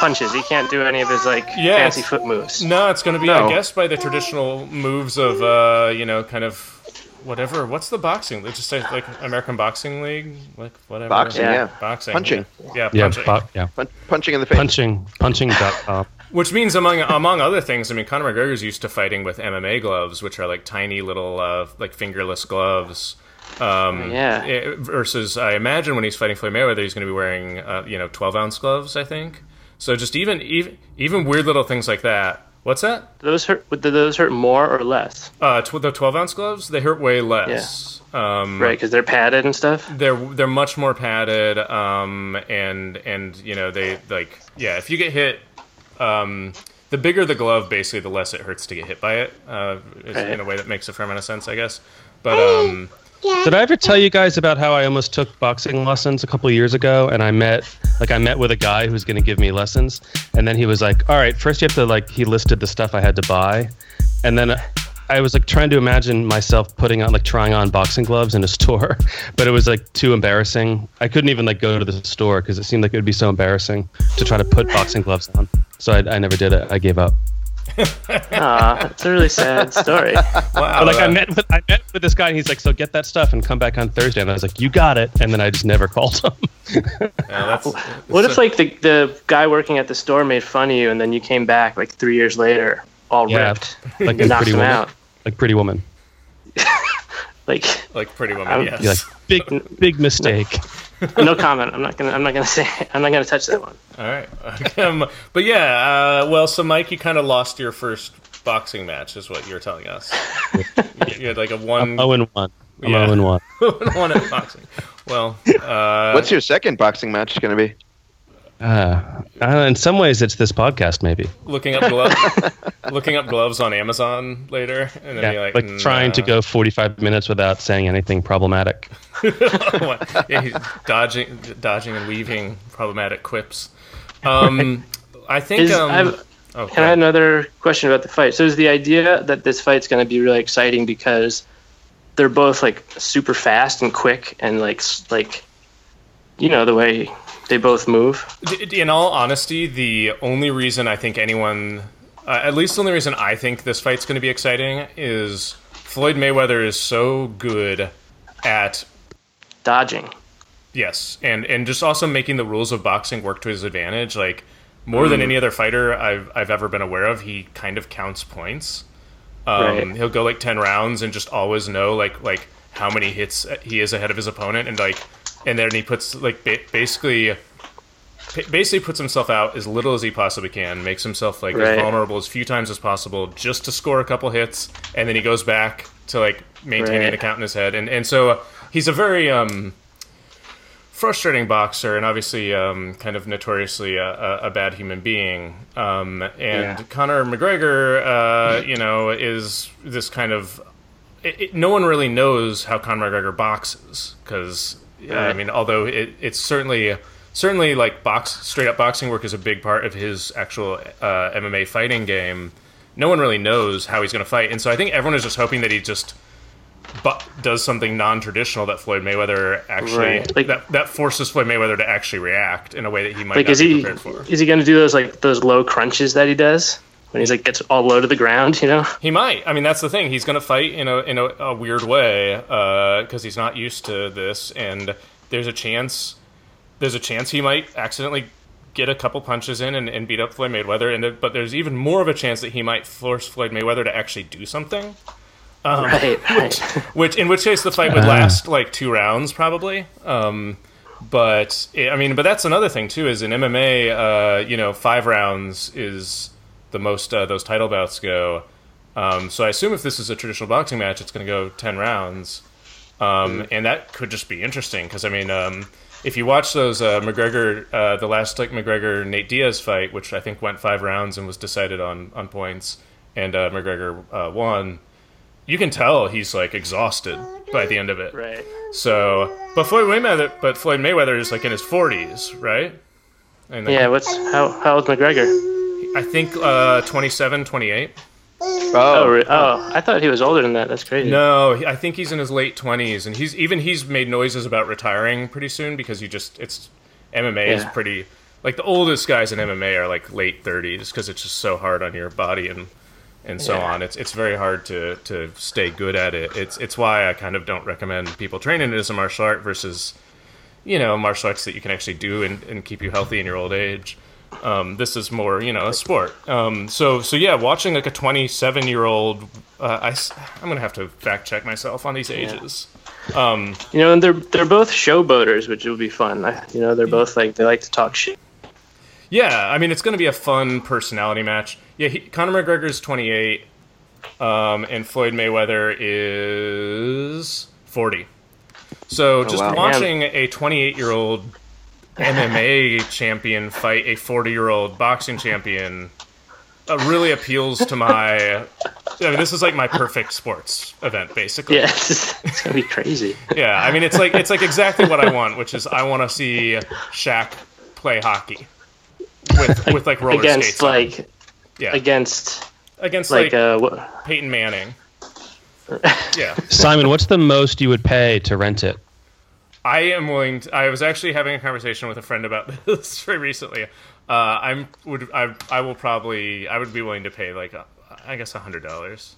Speaker 6: punches. He can't do any of his like
Speaker 4: Yes.
Speaker 6: fancy foot moves.
Speaker 4: No, it's going to be,
Speaker 5: No.
Speaker 4: I guess, by the traditional moves of, uh, you know, kind of whatever. What's the boxing? They just say like American Boxing League, like whatever.
Speaker 5: Boxing,
Speaker 6: Yeah.
Speaker 5: yeah.
Speaker 4: Boxing.
Speaker 5: Punching.
Speaker 4: Yeah,
Speaker 7: Yeah,
Speaker 4: punching.
Speaker 7: bu- yeah.
Speaker 5: Pun- punching in the face.
Speaker 7: Punching, punching. dot, uh,
Speaker 4: Which means, among among other things, I mean, Conor McGregor's used to fighting with MMA gloves, which are like tiny little, uh, like fingerless gloves. Um,
Speaker 5: Oh,
Speaker 6: Yeah.
Speaker 4: i- versus, I imagine when he's fighting Floyd Mayweather, he's going to be wearing, uh, you know, twelve ounce gloves. I think. So just even even even weird little things like that. What's that?
Speaker 6: Do those hurt. Would do those hurt more or less?
Speaker 4: Uh, tw- the twelve ounce gloves they hurt way less. Um,
Speaker 6: Right, because they're padded and stuff.
Speaker 4: They're they're much more padded. Um, and and you know they like yeah. If you get hit, um, the bigger the glove, basically, the less it hurts to get hit by it. Uh, is in a way that makes a fair amount of sense, I guess. But um,
Speaker 7: Did I ever tell you guys about how I almost took boxing lessons a couple of years ago and I met like I met with a guy who was going to give me lessons and then he was like, "All right, first you have to like he listed the stuff I had to buy." And then I was like trying to imagine myself putting on like trying on boxing gloves in a store, but it was like too embarrassing. I couldn't even like go to the store cuz it seemed like it would be so embarrassing to try to put boxing gloves on. So I, I never did it. I gave up.
Speaker 6: Aw, it's a really sad story.
Speaker 4: wow,
Speaker 7: But like I
Speaker 4: uh,
Speaker 7: met with I met with this guy and he's like, "So get that stuff and come back on Thursday." And I was like, "You got it." And then I just never called him.
Speaker 4: yeah, that's-
Speaker 6: What
Speaker 4: so-
Speaker 6: if like the the guy working at the store made fun of you and then you came back like three years later all
Speaker 7: Yeah.
Speaker 6: ripped,
Speaker 7: like
Speaker 6: you
Speaker 7: in
Speaker 6: knocked
Speaker 7: Pretty
Speaker 6: him
Speaker 7: Woman.
Speaker 6: out?
Speaker 7: Like Pretty Woman.
Speaker 6: Like
Speaker 4: like Pretty Woman?
Speaker 6: I'm-
Speaker 4: yes.
Speaker 7: You're like big big mistake.
Speaker 6: no comment. I'm not gonna I'm not gonna say I'm not gonna touch that one.
Speaker 4: All right. um, but yeah, uh, well, so Mike, you kind of lost your first boxing match, is what you're telling us. You- you had like a one,
Speaker 7: Oh and one. I'm
Speaker 4: Yeah.
Speaker 7: oh and one.
Speaker 4: one at boxing. Well, uh,
Speaker 5: What's your second boxing match going to be?
Speaker 7: Uh, uh, in some ways, it's this podcast maybe.
Speaker 4: looking up gloves, looking up gloves on Amazon later, and then
Speaker 7: Yeah,
Speaker 4: you're like, Mm, uh,
Speaker 7: like, trying to go 45 minutes without saying anything problematic.
Speaker 4: go, yeah, he's dodging, dodging and weaving problematic quips. Um, I think.
Speaker 6: Is-
Speaker 4: um,
Speaker 6: I've-
Speaker 4: oh, go
Speaker 6: Can I have
Speaker 4: ahead.
Speaker 6: another question about the fight? So is the idea that this fight's going to be really exciting because they're both like super fast and quick and like s- like you know the way they both move.
Speaker 4: D- d- In all honesty, the only reason I think anyone, uh, at least the only reason I think this fight's going to be exciting is Floyd Mayweather is so good at
Speaker 6: Dodging.
Speaker 4: Yes, and and just also making the rules of boxing work to his advantage. Like more than any other fighter I've I've ever been aware of, he kind of counts points. Um,
Speaker 6: Right.
Speaker 4: He'll go like ten rounds and just always know like like how many hits he is ahead of his opponent, and like and then he puts like ba- basically ba- basically puts himself out as little as he possibly can, makes himself like as
Speaker 6: Right.
Speaker 4: vulnerable as few times as possible, just to score a couple hits, and then he goes back to like maintaining
Speaker 6: Right.
Speaker 4: the count in his head, and and so uh, he's a very um frustrating boxer and obviously um, kind of notoriously a, a, a bad human being. Um, and Conor McGregor, uh, you know, is this kind of. It, it- no one really knows how Conor McGregor boxes because I
Speaker 6: Right.
Speaker 4: mean, although it, it's certainly certainly like box straight up boxing work is a big part of his actual uh, MMA fighting game. No one really knows how he's going to fight, and so I think everyone is just hoping that he just but does something non-traditional that Floyd Mayweather actually
Speaker 6: Right. Like-
Speaker 4: that that forces Floyd Mayweather to actually react in a way that he might
Speaker 6: Like
Speaker 4: not
Speaker 6: is
Speaker 4: be
Speaker 6: he
Speaker 4: prepared for.
Speaker 6: is he going to do those like those low crunches that he does when he's like gets all low to the ground? You know.
Speaker 4: He might. I mean, that's the thing. He's going to fight in a in a, a weird way because he's not used to this, and there's a chance there's a chance he might accidentally get a couple punches in and, and beat up Floyd Mayweather, and the, but there's even more of a chance that he might force Floyd Mayweather to actually do something.
Speaker 6: Right. Uh-huh. Right.
Speaker 4: Which, in which case, the fight would last like two rounds, probably. Um, But it, I mean, but that's another thing too. Is in MMA, uh, you know, five rounds is the most uh, those title bouts go. Um, so I assume if this is a traditional boxing match, it's going to go ten rounds, um, and that could just be interesting because I mean, um, if you watch those uh, McGregor, uh, the last like McGregor Nate Diaz fight, which I think went five rounds and was decided on on points, and uh, McGregor uh, won, you can tell he's like exhausted by the end of it.
Speaker 6: Right.
Speaker 4: So, but Floyd Mayweather, but Floyd Mayweather is like in his forties, right? And like,
Speaker 6: Yeah. What's how how old McGregor?
Speaker 4: I think uh, 27, 28.
Speaker 6: Oh, re- oh, I thought he was older than that. That's crazy.
Speaker 4: No, he- I think he's in his late twenties, and he's even he's made noises about retiring pretty soon because you just it's MMA is
Speaker 6: Yeah.
Speaker 4: pretty like the oldest guys in MMA are like late thirties because it's just so hard on your body and and so
Speaker 6: Yeah.
Speaker 4: on. It's it's very hard to to stay good at it. It's it's why I kind of don't recommend people training it as a martial art versus you know martial arts that you can actually do and, and keep you healthy in your old age. Um, this is more you know a sport. Um, so so yeah, watching like a 27 year old, uh, I am gonna have to fact check myself on these ages. Um,
Speaker 6: You know, and they're they're both showboaters, which will be fun. I, you know, they're both like they like to talk shit.
Speaker 4: yeah, I mean it's gonna be a fun personality match. Yeah, he, Conor McGregor's 28, um, and Floyd Mayweather is 40. So just
Speaker 5: wow.
Speaker 4: watching a 28 year old MMA champion fight a 40 year old boxing champion uh, really appeals to my. I mean, this is like my perfect sports event, basically.
Speaker 6: Yeah, it's, just- it's gonna be crazy.
Speaker 4: Yeah, I mean, it's like it's like exactly what I want, which is I want to see Shaq play hockey with with like roller
Speaker 6: against
Speaker 4: skates. on.
Speaker 6: like
Speaker 4: yeah,
Speaker 6: against
Speaker 4: against
Speaker 6: like
Speaker 4: like,
Speaker 6: uh what,
Speaker 4: Peyton Manning. Yeah,
Speaker 7: Simon, what's the most you would pay to rent it?
Speaker 4: I am willing. To, I was actually having a conversation with a friend about this very recently. Uh, I'm would I I will probably I would be willing to pay like uh, I guess a hundred dollars.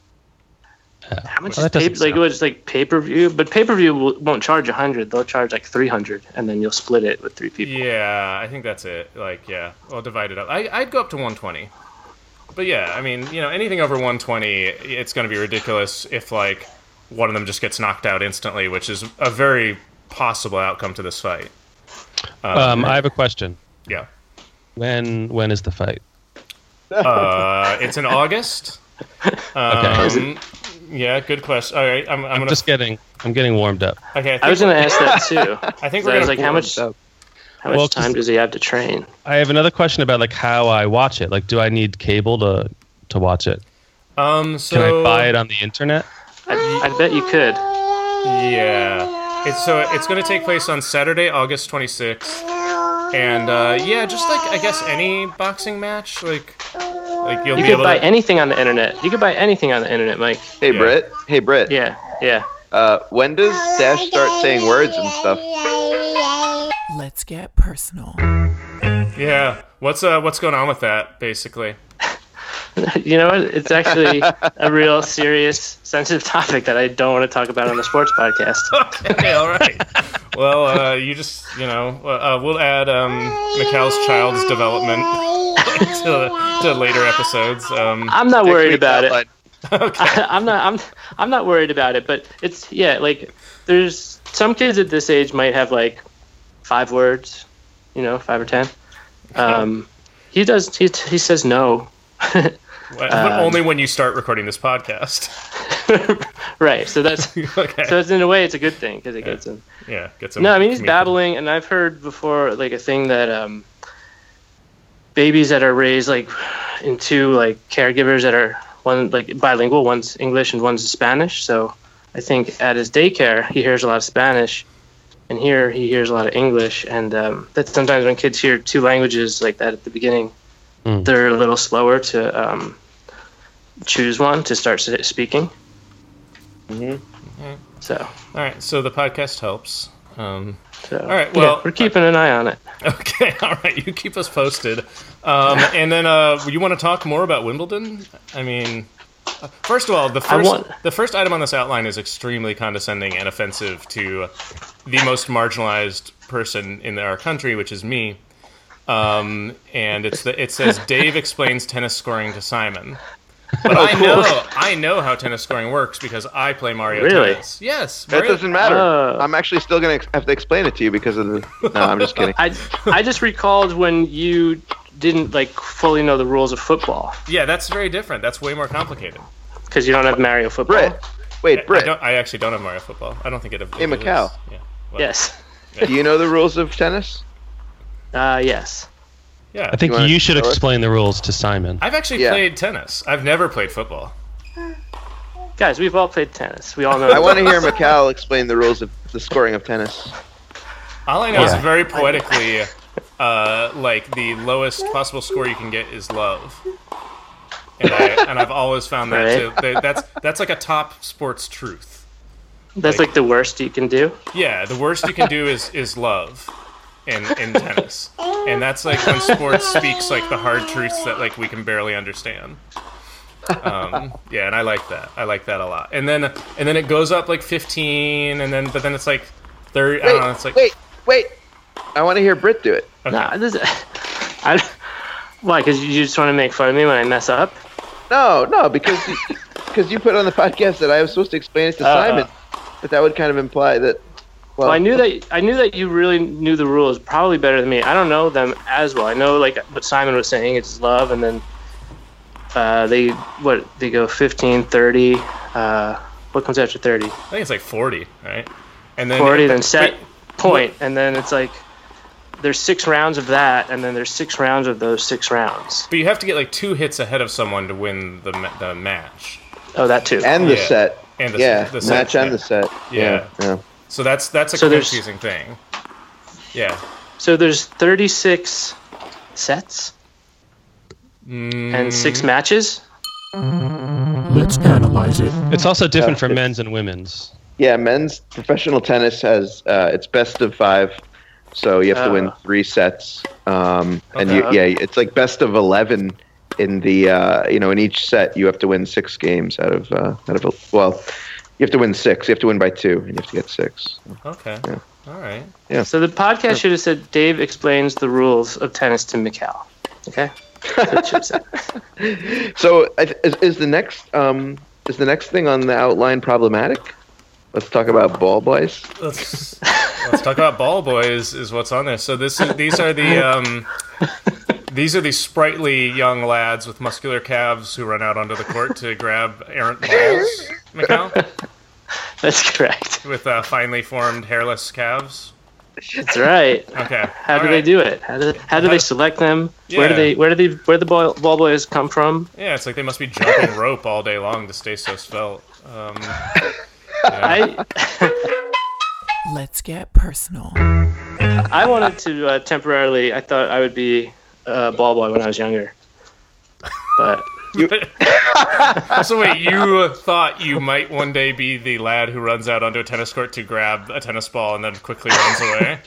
Speaker 6: how much
Speaker 7: Well,
Speaker 6: is
Speaker 7: that
Speaker 6: pay,
Speaker 7: doesn't
Speaker 6: like
Speaker 7: sound-
Speaker 6: it was like pay per view, but pay per view won't charge a hundred. They'll charge like three hundred, and then you'll split it with three people.
Speaker 4: Yeah, I think that's it. Like, yeah, I'll divide it up. I, I'd go up to 120. But yeah, I mean, you know, anything over 120, it's going to be ridiculous if, like, one of them just gets knocked out instantly, which is a very possible outcome to this fight.
Speaker 7: Um, I have a question.
Speaker 4: Yeah.
Speaker 7: When when is the fight?
Speaker 4: Uh, it's in August. Um, yeah, good question. All right, I'm, I'm going to.
Speaker 7: Just getting I'm getting warmed up.
Speaker 4: Okay, I think,
Speaker 6: I was gonna ask that too.
Speaker 4: I think
Speaker 6: So
Speaker 4: we're
Speaker 6: I
Speaker 4: going
Speaker 6: was like, how much
Speaker 5: So,
Speaker 6: how much
Speaker 7: Well, 'cause-
Speaker 6: time does he have to train?
Speaker 7: I have another question about like how I watch it. Like, do I need cable to to watch it?
Speaker 4: Um, so,
Speaker 7: Can I buy it on the internet?
Speaker 6: I, I bet you could.
Speaker 4: Yeah. It's so it's going to take place on Saturday, August 26th. And uh, yeah, just like I guess any boxing match, like like you'll
Speaker 6: You
Speaker 4: be
Speaker 6: could
Speaker 4: able
Speaker 6: buy
Speaker 4: to
Speaker 6: anything on the internet. You could buy anything on the internet, Mike.
Speaker 5: hey
Speaker 4: Yeah.
Speaker 5: Britt. Hey Britt.
Speaker 6: Yeah, yeah.
Speaker 5: Uh, when does Dash start saying words and stuff?
Speaker 8: Let's get personal.
Speaker 4: Yeah. What's uh what's going on with that basically?
Speaker 6: You know, what? it's actually a real serious, sensitive topic that I don't want to talk about on the sports podcast.
Speaker 4: Okay, all right. well, uh, you just, you know, uh, uh, we'll add um Mikhail's child's development to, to later episodes. Um
Speaker 6: I'm not
Speaker 5: Next
Speaker 6: worried
Speaker 5: week's
Speaker 6: about it.
Speaker 5: outline.
Speaker 6: I'm not. I'm. I'm not worried about it. But it's yeah. Like there's some kids at this age might have like five words, you know, five or ten. Um, he does. He he says no. Uh,
Speaker 4: but
Speaker 6: um,
Speaker 4: only when you start recording this podcast.
Speaker 6: right. So that's.
Speaker 4: okay.
Speaker 6: So it's in a way, it's a good thing because it gets him.
Speaker 4: yeah, get some
Speaker 6: No, I mean he's
Speaker 4: comedian-
Speaker 6: babbling, and I've heard before like a thing that um, babies that are raised like in two like caregivers that are one like bilingual, one's English and one's Spanish. So I think at his daycare he hears a lot of Spanish, and here he hears a lot of English. And um, that sometimes when kids hear two languages like that at the beginning,
Speaker 7: Mm.
Speaker 6: they're a little slower to um, choose one to start s- speaking.
Speaker 4: Mm-hmm.
Speaker 6: So,
Speaker 4: All right, so the podcast helps. Um
Speaker 6: so all
Speaker 4: right, well-
Speaker 6: we're keeping an eye on it.
Speaker 4: Okay, all right. You keep us posted, um, and then uh, you want to talk more about Wimbledon? I mean, uh, first of all, the first
Speaker 6: want-
Speaker 4: the first item on this outline is extremely condescending and offensive to the most marginalized person in our country, which is me. Um, and it's the, it says Dave explains tennis scoring to Simon. But I know I know how tennis scoring works because I play Mario
Speaker 6: Really?
Speaker 4: Tennis. Yes.
Speaker 5: That
Speaker 4: Mario-
Speaker 5: doesn't matter.
Speaker 6: Oh.
Speaker 5: I'm actually still gonna ex- have to explain it to you because of the. No, I'm just kidding.
Speaker 6: I, I just recalled when you didn't like fully know the rules of football
Speaker 4: Yeah, that's very different. That's way more complicated.
Speaker 6: because you don't have Mario football.
Speaker 5: Britt, wait,
Speaker 4: I,
Speaker 5: Britt,
Speaker 4: don't, I actually don't have Mario football. I don't think it. it
Speaker 5: In Macau.
Speaker 4: is. Yeah. Well,
Speaker 6: Yes.
Speaker 5: do you know the rules of tennis?
Speaker 6: Uh, yes.
Speaker 4: Yeah.
Speaker 7: I think
Speaker 5: You
Speaker 7: you,
Speaker 5: wanna
Speaker 7: should
Speaker 5: show it?
Speaker 7: explain the rules to Simon.
Speaker 4: I've actually
Speaker 5: Yeah.
Speaker 4: played tennis. I've never played football.
Speaker 6: Guys, we've all played tennis. We all know.
Speaker 5: I want to hear Macau explain the rules of the scoring of tennis.
Speaker 4: All I know
Speaker 7: Yeah.
Speaker 4: is very poetically, uh, like the lowest possible score you can get is love, and, I, and I've always found that
Speaker 6: Right.
Speaker 4: too. That- That's that's like a top sports truth.
Speaker 6: That's like the worst you can do.
Speaker 4: Yeah, the worst you can do is is love, in in tennis, and that's like when sports speaks like the hard truths that like we can barely understand. Um, yeah, and I like that. I like that a lot. And then and then it goes up like fifteen, and then but then it's like thirty. I
Speaker 5: Wait,
Speaker 4: don't know. It's like
Speaker 5: wait, wait. I want to hear Britt do it.
Speaker 4: okay.
Speaker 6: Nah, this. I. Why? Because you just want to make fun of me when I mess up.
Speaker 5: No, no, because because you put on the podcast that I was supposed to explain it to
Speaker 6: Uh,
Speaker 5: Simon, but that would kind of imply that. Well,
Speaker 6: Well, I knew that I knew that you really knew the rules probably better than me. I don't know them as well. I know like what Simon was saying. It's love, and then uh, they what they go 15, 30. Uh, what comes after thirty?
Speaker 4: I think it's like forty, right? And then
Speaker 6: Forty, then set point, and then it's like there's six rounds of that, and then there's six rounds of those six rounds.
Speaker 4: But you have to get like two hits ahead of someone to win the ma- the match.
Speaker 6: Oh, that too.
Speaker 5: and the
Speaker 4: yeah.
Speaker 5: set.
Speaker 4: And the-
Speaker 5: yeah,
Speaker 4: the set,
Speaker 5: match
Speaker 4: yeah.
Speaker 5: and the set.
Speaker 4: Yeah.
Speaker 5: yeah.
Speaker 4: So that's that's a
Speaker 6: So there's-
Speaker 4: confusing thing. Yeah.
Speaker 6: So there's 36 sets and six matches.
Speaker 3: Let's analyze it.
Speaker 7: It's also different for men's and women's.
Speaker 5: Yeah, men's professional tennis has uh, it's best of five, so you have to win
Speaker 6: Oh.
Speaker 5: three sets. Um, And you,
Speaker 6: Okay.
Speaker 5: yeah, it's like best of eleven in the uh, you know in each set you have to win six games out of uh, out of well you have to win six you have to win by two and you have to get six.
Speaker 4: Okay. All right.
Speaker 6: So the podcast should have said Dave explains the rules of tennis to Mikal. Okay. That's what it should have said.
Speaker 5: So I th- is, is the next um, is the next thing on the outline problematic? Let's talk about ball boys.
Speaker 4: Let's let's talk about ball boys is what's on there. So this is, these are the um, these are the sprightly young lads with muscular calves who run out onto the court to grab errant balls. Macau
Speaker 6: That's correct.
Speaker 4: with uh, finely formed hairless calves.
Speaker 6: That's right.
Speaker 4: Okay.
Speaker 6: How do they do it? How do, how do they select them? Where do
Speaker 4: Yeah.
Speaker 6: they where do they where the ball, ball boys come from?
Speaker 4: Yeah, it's like they must be jumping rope all day long to stay so svelte. Um,
Speaker 6: I
Speaker 8: Let's get personal.
Speaker 6: I wanted to uh, temporarily. I thought I would be a ball boy when I was younger, but
Speaker 4: so wait, you thought you might one day be the lad who runs out onto a tennis court to grab a tennis ball and then quickly runs away?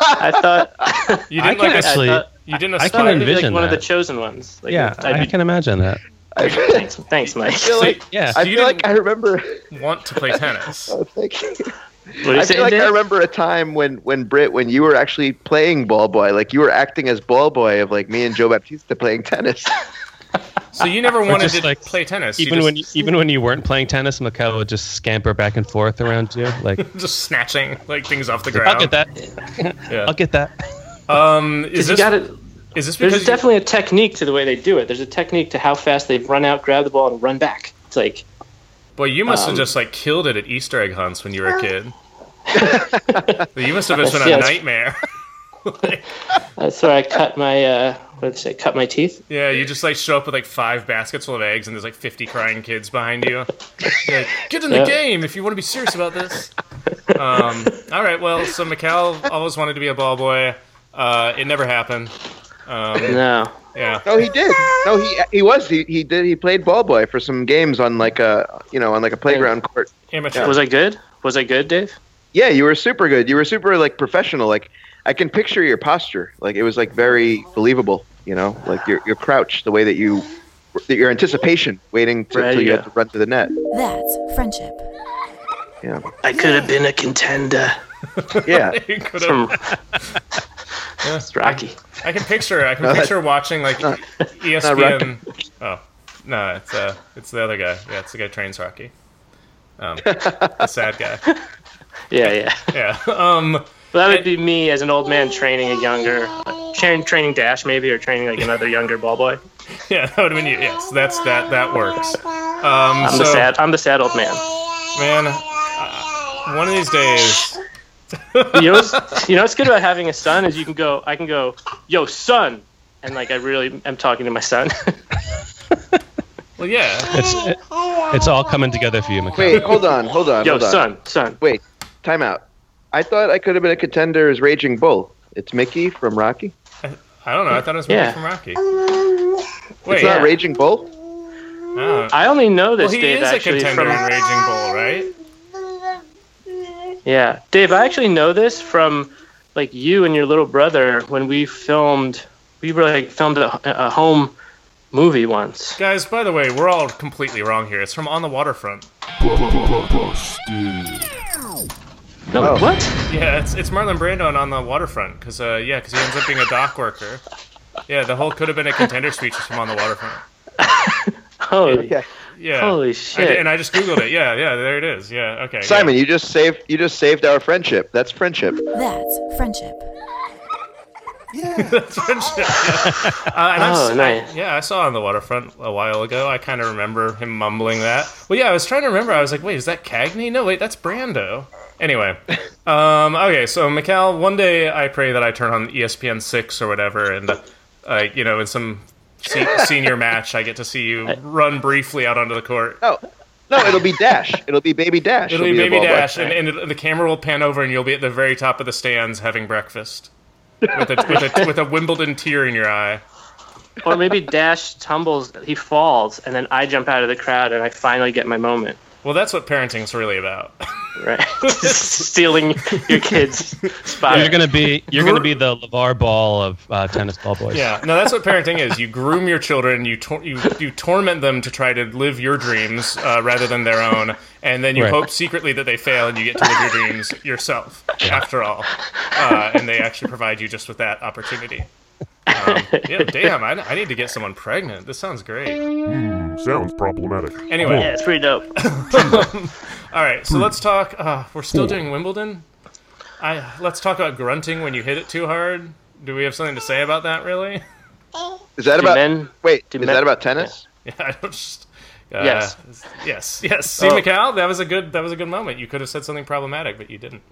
Speaker 6: I thought
Speaker 4: You
Speaker 7: I
Speaker 4: didn't
Speaker 7: can
Speaker 4: like as-
Speaker 7: actually,
Speaker 6: I thought-
Speaker 4: you didn't
Speaker 7: I
Speaker 6: I thought
Speaker 4: aspire.
Speaker 7: can
Speaker 6: I'd be
Speaker 7: envision
Speaker 6: like one of
Speaker 7: that.
Speaker 6: the chosen ones. Like,
Speaker 7: yeah,
Speaker 6: I'd
Speaker 7: I
Speaker 6: be-
Speaker 7: can imagine that.
Speaker 5: I
Speaker 6: thanks, thanks, Mike.
Speaker 5: feel like
Speaker 7: Yeah,
Speaker 5: I
Speaker 4: You
Speaker 5: feel like
Speaker 4: didn't-
Speaker 5: I remember.
Speaker 4: want to play tennis.
Speaker 5: I was thinking-
Speaker 6: What do you
Speaker 5: I
Speaker 6: say,
Speaker 5: feel like
Speaker 6: Dave?
Speaker 5: I remember a time when when Britt, when you were actually playing ball boy, like you were acting as ball boy of like me and Joe Baptista playing tennis.
Speaker 4: So you never wanted
Speaker 7: just,
Speaker 4: to
Speaker 7: like,
Speaker 4: play tennis. you
Speaker 7: even
Speaker 4: just,
Speaker 7: when you, even when you weren't playing tennis, Mikhail would just scamper back and forth around you, like
Speaker 4: just snatching like things off the
Speaker 7: I'll
Speaker 4: ground.
Speaker 7: get that,
Speaker 4: Yeah.
Speaker 7: I'll get that.
Speaker 4: Um, is
Speaker 6: You
Speaker 4: this
Speaker 6: gotta-
Speaker 4: is this because
Speaker 6: There's
Speaker 4: you-
Speaker 6: definitely a technique to the way they do it. There's a technique to how fast they run out, grab the ball, and run back. It's like
Speaker 4: Well, you must
Speaker 6: um,
Speaker 4: have just like killed it at Easter egg hunts when you were a kid. you must have just been a
Speaker 6: Yes.
Speaker 4: nightmare.
Speaker 6: that's where I cut my uh, what did I say? Cut my teeth.
Speaker 4: Yeah, you just like show up with like five baskets full of eggs, and there's like 50 crying kids behind you. You're like, Get in the
Speaker 6: Yeah.
Speaker 4: game if you want to be serious about this. Um, all right, well, so Mikal always wanted to be a ball boy. Uh, it never happened. Um,
Speaker 6: No,
Speaker 4: yeah,
Speaker 5: No, he did. No, he he was. He, he did. He played ball boy for some games on like a you know on like a playground
Speaker 6: Oh.
Speaker 5: court.
Speaker 4: amateur.
Speaker 6: was I good? Was I good, Dave?
Speaker 5: Yeah, you were super good. You were super like professional. Like I can picture your posture. Like it was like very believable. You know, like your your crouch, the way that you, that your anticipation, waiting to,
Speaker 6: Right,
Speaker 5: till you
Speaker 6: yeah.
Speaker 5: had to run to the net.
Speaker 2: That's friendship.
Speaker 5: Yeah,
Speaker 6: I could have been a contender.
Speaker 5: yeah.
Speaker 4: You could have-
Speaker 6: From it's Rocky.
Speaker 4: I can picture. E I can
Speaker 5: No, that-
Speaker 4: picture watching like
Speaker 5: not-
Speaker 4: ESPN. Oh, No, it's uh, it's the other guy. Yeah, it's the guy who trains hockey. Um, the sad guy.
Speaker 6: Yeah, yeah.
Speaker 4: Yeah. Um,
Speaker 6: Well, that would be me as an old man training a younger, tra- training Dash maybe, or training like another younger ball boy.
Speaker 4: yeah, that would have been you. Yes, that's that. That works. Um,
Speaker 6: I'm
Speaker 4: so,
Speaker 6: the sad, I'm the sad old man.
Speaker 4: man. uh, one of these days.
Speaker 6: You know, what's, you know what's good about having a son is you can go, I can go, yo son, and like I really am talking to my son.
Speaker 4: Well, yeah.
Speaker 7: It's it, it's all coming together for you, Mikhail.
Speaker 5: Wait, hold on, hold on,
Speaker 6: yo
Speaker 5: hold on.
Speaker 6: son, son.
Speaker 5: Wait, time out. I thought I could have been a contender as Raging Bull. It's Mickey from Rocky.
Speaker 4: I don't know. I thought it was Mickey
Speaker 6: Yeah.
Speaker 4: from Rocky.
Speaker 5: It's
Speaker 4: Wait.
Speaker 5: not
Speaker 6: Yeah.
Speaker 5: Raging Bull.
Speaker 4: no.
Speaker 6: I only know this
Speaker 4: Well, he
Speaker 6: Dave
Speaker 4: is a
Speaker 6: actually
Speaker 4: contender
Speaker 6: from
Speaker 4: in Raging Bull, right?
Speaker 6: yeah Dave. I actually know this from like you and your little brother when we filmed. We were like filmed a, a home movie once.
Speaker 4: Guys, by the way, we're all completely wrong here. It's from On the Waterfront.
Speaker 3: Busted.
Speaker 6: No,
Speaker 5: Oh.
Speaker 6: what?
Speaker 4: Yeah, it's it's Marlon Brando and On the Waterfront because uh, yeah, because he ends up being a dock worker. Yeah, the whole could have been a contender speech is from On the Waterfront.
Speaker 6: Holy,
Speaker 5: Okay.
Speaker 4: Yeah.
Speaker 6: holy
Speaker 4: I
Speaker 6: shit!
Speaker 4: did, and I just googled it. Yeah, yeah, there it is. Yeah, okay.
Speaker 5: Simon, you just saved you just saved our friendship. That's friendship.
Speaker 2: That's friendship.
Speaker 4: yeah. Friendship, yeah. Uh, and I'm
Speaker 6: Oh,
Speaker 4: s-
Speaker 6: nice.
Speaker 4: yeah, I saw on the waterfront a while ago. I kind of remember him mumbling that. Well, yeah, I was trying to remember. I was like, wait, is that Cagney? No, wait, that's Brando. Anyway, um, okay, so Mikal, one day I pray that I turn on E ESPN six or whatever, and uh, you know, in some se- senior match, I get to see you run briefly out onto the court.
Speaker 5: No, no, it'll be Dash. It'll be Baby Dash.
Speaker 4: It'll
Speaker 5: He'll
Speaker 4: be
Speaker 5: the
Speaker 4: Baby
Speaker 5: ball boy.
Speaker 4: Dash, and, and it- the camera will pan over, and you'll be at the very top of the stands having breakfast with a, with a, with a Wimbledon tear in your eye.
Speaker 6: or maybe Dash tumbles, he falls, and then I jump out of the crowd and I finally get my moment.
Speaker 4: Well, that's what parenting's really about.
Speaker 6: Right, stealing your kid's spot.
Speaker 7: You're gonna be you're gonna be the Levar Ball of uh, tennis ball boys.
Speaker 4: Yeah, no, that's what parenting is. You groom your children, you tor- you you torment them to try to live your dreams uh, rather than their own, and then you
Speaker 7: Right.
Speaker 4: hope secretly that they fail and you get to live your dreams yourself. After all, uh, and they actually provide you just with that opportunity. Um, yeah, damn, I, I need to get someone pregnant. This sounds great.
Speaker 3: Sounds problematic.
Speaker 4: Anyway,
Speaker 6: yeah, it's pretty dope.
Speaker 4: All right, so let's talk. Uh, we're still doing Wimbledon. I let's talk about grunting when you hit it too hard. Do we have something to say about that? Really?
Speaker 5: Is that
Speaker 6: Do
Speaker 5: about
Speaker 6: men-
Speaker 5: wait?
Speaker 6: do
Speaker 5: Is
Speaker 6: men-
Speaker 5: that about tennis?
Speaker 4: Yeah, I don't. Just, uh,
Speaker 6: Yes.
Speaker 4: Yes. Yes. See,
Speaker 6: Oh.
Speaker 4: Mikal, that was a good. That was a good moment. You could have said something problematic, but you didn't.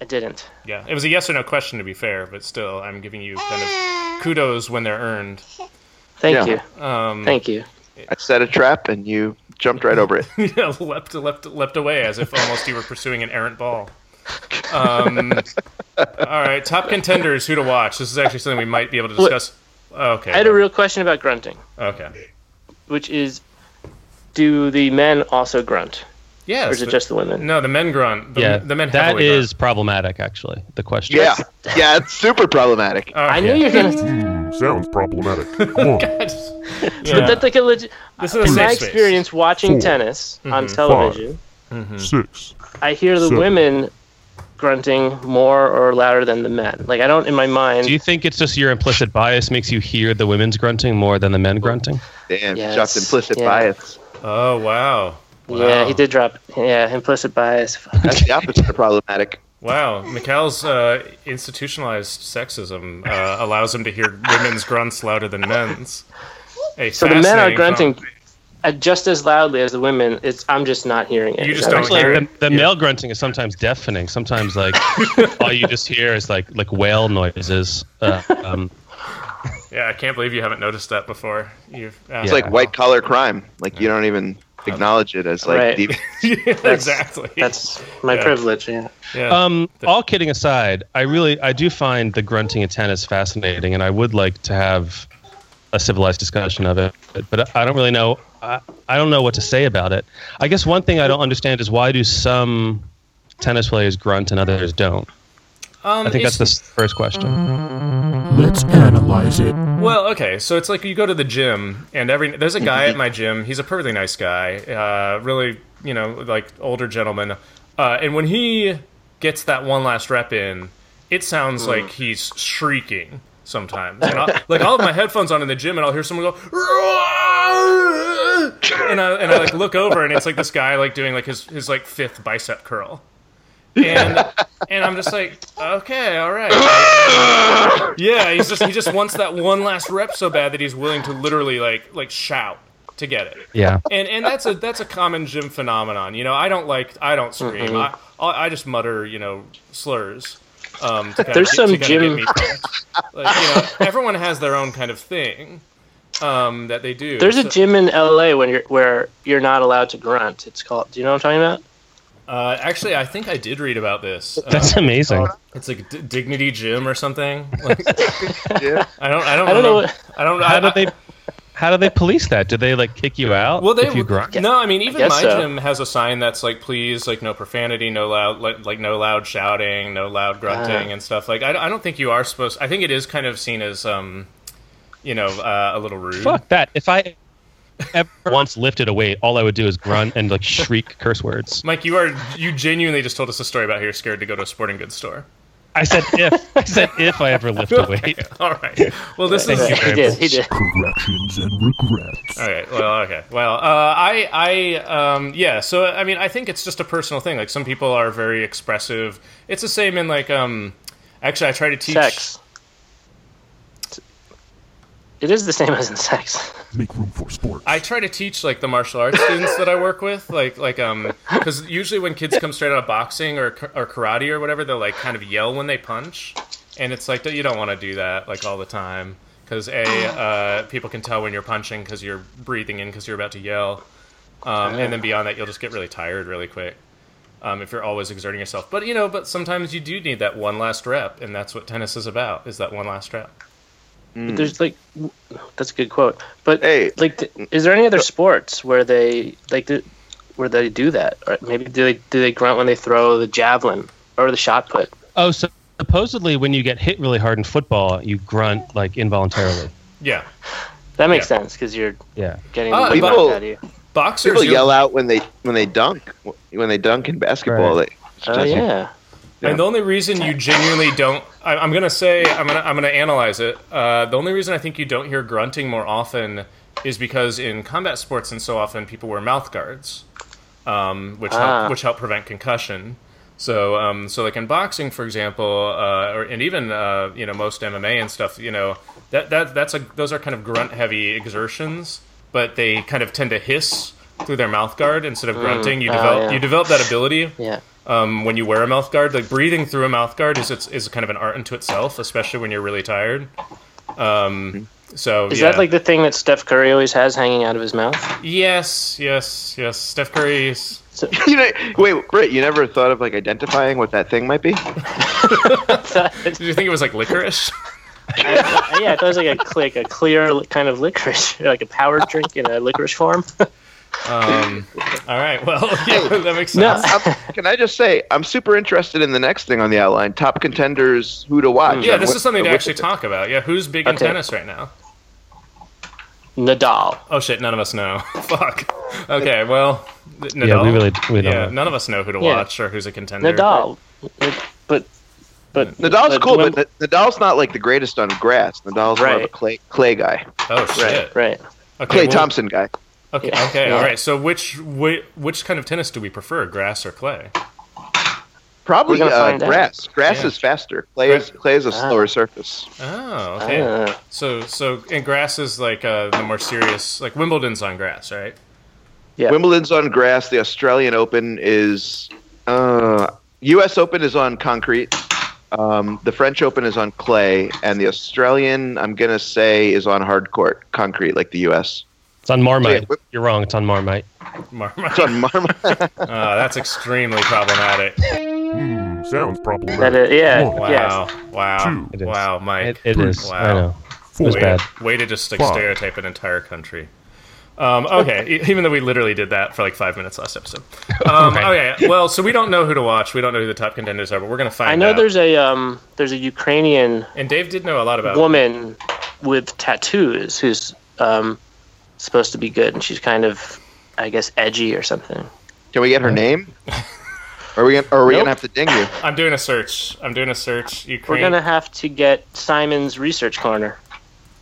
Speaker 6: I didn't.
Speaker 4: Yeah, it was a yes or no question to be fair, but still, I'm giving you kind of kudos when they're earned.
Speaker 6: Thank
Speaker 5: Yeah.
Speaker 6: you.
Speaker 4: Um,
Speaker 6: Thank you.
Speaker 5: I set a trap and you jumped right over it.
Speaker 4: yeah, leapt, leapt, leapt away as if almost you were pursuing an errant ball. Um, all right, top contenders, who to watch? This is actually something we might be able to discuss. Okay.
Speaker 6: I had a real question about grunting,
Speaker 4: okay.
Speaker 6: which is do the men also grunt?
Speaker 4: Yeah.
Speaker 6: Or is it just the women?
Speaker 4: No, the men grunt. The,
Speaker 7: yeah.
Speaker 4: the men
Speaker 7: that
Speaker 4: heavily grunt.
Speaker 7: is problematic, actually. The question.
Speaker 5: Yeah, yeah, it's super problematic.
Speaker 4: All right,
Speaker 6: I knew
Speaker 4: yeah.
Speaker 6: you're gonna.
Speaker 3: Sounds problematic. One,
Speaker 4: Yeah.
Speaker 6: That's like a legit.
Speaker 4: This is a
Speaker 6: In
Speaker 4: safe
Speaker 6: my
Speaker 4: space. Mm-hmm.
Speaker 6: experience watching
Speaker 3: Four.
Speaker 6: tennis on television,
Speaker 4: Hmm.
Speaker 3: six,
Speaker 6: I hear the
Speaker 3: Seven.
Speaker 6: women grunting more or louder than the men. Like I don't in my mind.
Speaker 7: Do you think it's just your implicit bias makes you hear the women's grunting more than the men grunting?
Speaker 5: Damn,
Speaker 6: Yes,
Speaker 5: dropped implicit
Speaker 6: yeah.
Speaker 5: bias.
Speaker 4: Oh wow. wow.
Speaker 6: Yeah, he did drop. Yeah, implicit bias.
Speaker 5: That's the opposite of problematic.
Speaker 4: Wow, Mikhail's uh, institutionalized sexism uh, allows him to hear women's grunts louder than men's. A
Speaker 6: So the men are
Speaker 4: fascinating
Speaker 6: grunting
Speaker 4: phenomenon.
Speaker 6: uh, just as loudly as the women. It's I'm just not hearing it.
Speaker 4: You
Speaker 6: Is
Speaker 4: just
Speaker 6: that
Speaker 4: don't
Speaker 6: right?
Speaker 4: hear
Speaker 7: Like the, the male grunting is sometimes deafening. Sometimes like all you just hear is like like whale noises. Uh, um,
Speaker 4: Yeah, I can't believe you haven't noticed that before. You've uh,
Speaker 5: It's like white collar crime. Like you don't even acknowledge it as like
Speaker 6: Right.
Speaker 5: deep.
Speaker 4: exactly.
Speaker 6: That's my
Speaker 4: Yeah.
Speaker 6: privilege. Yeah.
Speaker 4: yeah.
Speaker 7: um, all kidding aside, I really I do find the grunting in tennis fascinating, and I would like to have a civilized discussion of it. But, but I don't really know. I, I don't know what to say about it. I guess one thing I don't understand is why do some tennis players grunt and others don't.
Speaker 4: Um,
Speaker 7: I think
Speaker 4: it's-
Speaker 7: that's the s- first question.
Speaker 3: Let's analyze it.
Speaker 4: Well, okay, so it's like you go to the gym, and every there's a guy at my gym. He's a perfectly nice guy, uh, really, you know, like older gentleman. Uh, and when he gets that one last rep in, it sounds like he's shrieking sometimes. And I'll, like I'll have my headphones on in the gym, and I'll hear someone go, and I and I like look over and it's like this guy like doing like his his like fifth bicep curl, and and I'm just like, okay, all right, yeah. He's just he just wants that one last rep so bad that he's willing to literally like like shout to get it.
Speaker 7: Yeah.
Speaker 4: And and that's a that's a common gym phenomenon. You know, I don't like I don't scream.
Speaker 6: Mm-hmm.
Speaker 4: I I I just mutter you know slurs. Um, to kinda
Speaker 6: There's
Speaker 4: get-
Speaker 6: some
Speaker 4: to kinda get
Speaker 6: gym-
Speaker 4: me pumped. like, you know, everyone has their own kind of thing um, that they do.
Speaker 6: There's a
Speaker 4: So-
Speaker 6: gym in LA when you're where you're not allowed to grunt. It's called. Do you know what I'm talking about?
Speaker 4: Uh, actually, I think I did read about this. Uh,
Speaker 7: That's amazing.
Speaker 4: it's like D- Dignity Gym or something. Like,
Speaker 5: Yeah.
Speaker 4: I don't. I don't.
Speaker 6: I don't know
Speaker 4: remember-
Speaker 6: what-
Speaker 4: I don't. I,
Speaker 7: How do
Speaker 4: I-
Speaker 7: they? How do they police that? Do they like kick you out
Speaker 4: Well, they
Speaker 7: if you grunt?
Speaker 4: no. I mean, even
Speaker 6: guess
Speaker 4: my
Speaker 6: so.
Speaker 4: gym has a sign that's like, please, like, no profanity, no loud, like, like no loud shouting, no loud
Speaker 6: Ah.
Speaker 4: grunting and stuff. Like, I, I don't think you are supposed. I think it is kind of seen as, um, you know, uh, a little rude.
Speaker 7: Fuck that. If I ever once lifted a weight, all I would do is grunt and like shriek curse words.
Speaker 4: Mike, you are you genuinely just told us a story about how you're scared to go to a sporting goods store.
Speaker 7: I said if. I said if I ever lift a weight.
Speaker 4: All right. Well, this is
Speaker 7: Thank you
Speaker 6: He
Speaker 7: very
Speaker 6: did.
Speaker 7: much.
Speaker 6: He did.
Speaker 3: Corrections and regrets.
Speaker 4: All right. Well, okay. Well, uh, I, I, um, yeah. So, I mean, I think it's just a personal thing. Like, some people are very expressive. It's the same in like, um, actually, I try to teach.
Speaker 6: Sex. It is the same as in sex.
Speaker 3: Make room for sports.
Speaker 4: I try to teach like the martial arts students that I work with, like, like, um, because usually when kids come straight out of boxing or or karate or whatever, they'll like kind of yell when they punch, and it's like you don't want to do that like all the time because a
Speaker 5: Uh-huh.
Speaker 4: uh, people can tell when you're punching because you're breathing in because you're about to yell, um, and then beyond that, you'll just get really tired really quick. um, if you're always exerting yourself. But you know, but sometimes you do need that one last rep, and that's what tennis is about: is that one last rep.
Speaker 6: But There's like, w- that's a good quote. But
Speaker 5: Hey.
Speaker 6: like, th- is there any other sports where they like th- where they do that? Or maybe do they do they grunt when they throw the javelin or the shot put?
Speaker 7: Oh, so supposedly when you get hit really hard in football, you grunt like involuntarily.
Speaker 4: Yeah,
Speaker 6: That makes
Speaker 4: Yeah.
Speaker 6: sense because you're
Speaker 7: Yeah.
Speaker 6: getting the
Speaker 4: Ah,
Speaker 6: weight
Speaker 5: but-
Speaker 6: knocked out of you.
Speaker 4: boxers
Speaker 5: People
Speaker 4: you'll-
Speaker 5: yell out when they when they dunk when they dunk in basketball.
Speaker 7: Right.
Speaker 5: They,
Speaker 6: Oh yeah.
Speaker 4: And the only reason you genuinely don't, I, I'm gonna say, I'm gonna, I'm gonna analyze it. Uh, the only reason I think you don't hear grunting more often is because in combat sports, and so often people wear mouth guards, um, which
Speaker 6: Ah.
Speaker 4: help, which help prevent concussion. So, um, so like in boxing, for example, uh, or and even uh, you know most MMA and stuff, you know that that that's a those are kind of grunt heavy exertions, but they kind of tend to hiss through their mouth guard instead of grunting. You
Speaker 6: Ah,
Speaker 4: develop
Speaker 6: yeah.
Speaker 4: you develop that ability
Speaker 6: Yeah.
Speaker 4: um, when you wear a mouth guard. Like breathing through a mouth guard is it's, is kind of an art unto itself, especially when you're really tired. Um, so
Speaker 6: Mm-hmm. Is
Speaker 4: yeah.
Speaker 6: that like the thing that Steph Curry always has hanging out of his mouth?
Speaker 4: yes, yes, yes? Steph Curry's
Speaker 5: you know, wait, Britt, you never thought of like identifying what that thing might be? Um,
Speaker 4: Did you think it was like licorice?
Speaker 6: yeah, I thought it was like a click, a clear li- kind of licorice, like a power drink in a licorice form.
Speaker 4: um, all right, well, yeah, that makes
Speaker 6: No.
Speaker 4: sense.
Speaker 5: I'm- can I just say I'm super interested in the next thing on the outline: top contenders, who to watch.
Speaker 4: Yeah,
Speaker 5: and
Speaker 4: this
Speaker 5: what-
Speaker 4: is something to
Speaker 5: what-
Speaker 4: actually talk about. Yeah, who's big in
Speaker 6: Okay.
Speaker 4: tennis right now?
Speaker 6: Nadal.
Speaker 4: Oh shit, none of us know. Fuck. Okay, well, th- Nadal.
Speaker 7: Yeah, we really we don't
Speaker 4: yeah,
Speaker 7: know.
Speaker 4: none of us know who to
Speaker 6: Yeah.
Speaker 4: watch or who's a contender.
Speaker 6: Nadal. It- But but
Speaker 5: Nadal's
Speaker 6: but
Speaker 5: cool,
Speaker 6: when-
Speaker 5: but Nad- Nadal's not like the greatest on grass. Nadal's more of a
Speaker 6: Right.
Speaker 5: clay clay guy,
Speaker 4: Oh shit.
Speaker 6: right, right.
Speaker 4: Okay,
Speaker 5: Clay
Speaker 4: well-
Speaker 5: Thompson guy.
Speaker 4: Okay.
Speaker 6: Yeah.
Speaker 4: Okay.
Speaker 6: Yeah.
Speaker 4: All right. So which, which which kind of tennis do we prefer, grass or clay?
Speaker 6: We're
Speaker 5: Probably
Speaker 6: gonna
Speaker 5: uh,
Speaker 6: find out.
Speaker 5: grass. Grass
Speaker 4: Yeah.
Speaker 5: is faster. Clay is clay is a slower surface.
Speaker 4: Oh. Okay.
Speaker 6: Ah.
Speaker 4: So so and grass is like uh, the more serious. Like Wimbledon's on grass, right?
Speaker 6: Yeah.
Speaker 5: Wimbledon's on grass. The Australian Open is. Uh, U.S. Open is on concrete. Um, the French Open is on clay, and the Australian, I'm gonna say, is on hard court concrete, like the U.S.
Speaker 7: It's on Marmite.
Speaker 5: Yeah, we-
Speaker 7: You're wrong. It's on Marmite.
Speaker 4: Marmite.
Speaker 5: It's on Marmite.
Speaker 4: Uh, that's extremely problematic.
Speaker 3: Hmm, sounds
Speaker 6: That
Speaker 3: problematic.
Speaker 6: is, yeah,
Speaker 3: One,
Speaker 6: yeah.
Speaker 4: Wow. Wow.
Speaker 3: Two.
Speaker 7: It is.
Speaker 4: Wow, Mike.
Speaker 7: It, it is.
Speaker 4: Wow.
Speaker 7: I know. It
Speaker 3: four,
Speaker 7: was bad.
Speaker 4: Way to just like
Speaker 3: Fuck.
Speaker 4: stereotype an entire country. Um, okay, e- even though we literally did that for like five minutes last episode. Um,
Speaker 7: Right.
Speaker 4: Okay, well, so we don't know who to watch. We don't know who the top contenders are, but we're gonna find out.
Speaker 6: I know there's a um there's a Ukrainian
Speaker 4: and Dave did know a lot about.
Speaker 6: woman with tattoos who's um supposed to be good and she's kind of I guess edgy or something.
Speaker 5: Can we get her name? Are we gonna, are we
Speaker 6: Nope.
Speaker 5: gonna have to ding you?
Speaker 4: I'm doing a search. I'm doing a search.
Speaker 6: We're
Speaker 4: Ukraine
Speaker 6: gonna have to get Simon's research corner.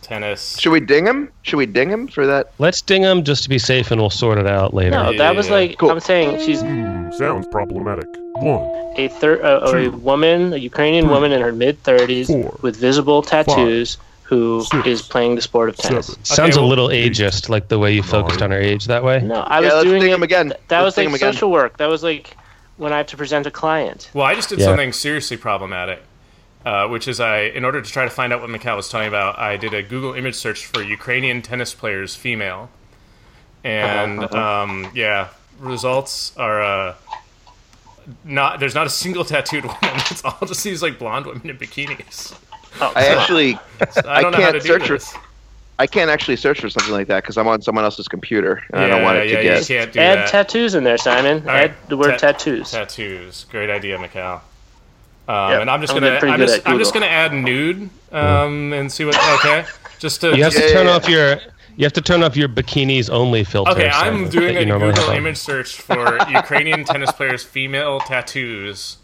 Speaker 4: tennis.
Speaker 5: Should we ding him? Should we ding him for that?
Speaker 7: Let's ding him just to be safe, and we'll sort it out later.
Speaker 6: No, that was
Speaker 4: Yeah.
Speaker 6: like
Speaker 5: Cool.
Speaker 6: I'm saying she's
Speaker 3: Hmm, sounds problematic. One,
Speaker 6: a thir- uh, a woman, a Ukrainian woman in her mid 30s
Speaker 3: Four.
Speaker 6: with visible tattoos who is
Speaker 3: Six.
Speaker 6: playing the sport of tennis.
Speaker 3: seven.
Speaker 7: Sounds
Speaker 4: Okay,
Speaker 7: a
Speaker 4: well-
Speaker 7: little ageist, like the way you focused on her age that way.
Speaker 6: No, I
Speaker 5: Yeah,
Speaker 6: was
Speaker 5: let's
Speaker 6: doing
Speaker 5: ding
Speaker 6: it-
Speaker 5: him again.
Speaker 6: th- that
Speaker 5: Let's
Speaker 6: was
Speaker 5: ding
Speaker 6: like
Speaker 5: him again.
Speaker 6: social work. That was like when I have to present a client.
Speaker 4: Well, I just did
Speaker 7: Yeah.
Speaker 4: something seriously problematic, uh, which is I, in order to try to find out what Mikhail was talking about, I did a Google image search for Ukrainian tennis players female, and um, yeah, results are uh, not. There's not a single tattooed woman. It's all just these like blonde women in bikinis.
Speaker 5: I actually,
Speaker 4: I don't know how
Speaker 5: can't
Speaker 4: to do
Speaker 5: search for-
Speaker 4: this.
Speaker 5: I can't actually search for something like that because I'm on someone else's computer and I don't want it
Speaker 4: yeah,
Speaker 5: to
Speaker 4: yeah,
Speaker 5: get.
Speaker 4: You can't do
Speaker 6: Add
Speaker 4: that.
Speaker 6: tattoos in there, Simon.
Speaker 4: right.
Speaker 6: Add the word
Speaker 4: Ta-
Speaker 6: tattoos.
Speaker 4: tattoos. Great idea, Mikhail. Um,
Speaker 6: Yep,
Speaker 4: and I'm just
Speaker 6: I'm
Speaker 4: gonna
Speaker 6: pretty
Speaker 4: I'm
Speaker 6: good
Speaker 4: just,
Speaker 6: at
Speaker 4: I'm just
Speaker 6: Google.
Speaker 4: gonna add nude um, and see what okay just to
Speaker 7: You have
Speaker 4: just-
Speaker 7: to
Speaker 5: Yeah,
Speaker 7: turn
Speaker 5: yeah,
Speaker 7: off your you have to turn off your bikinis only filter.
Speaker 4: okay I'm
Speaker 7: Simon,
Speaker 4: doing a
Speaker 7: that you normally
Speaker 4: Google
Speaker 7: have on.
Speaker 4: image search for Ukrainian tennis players female tattoos.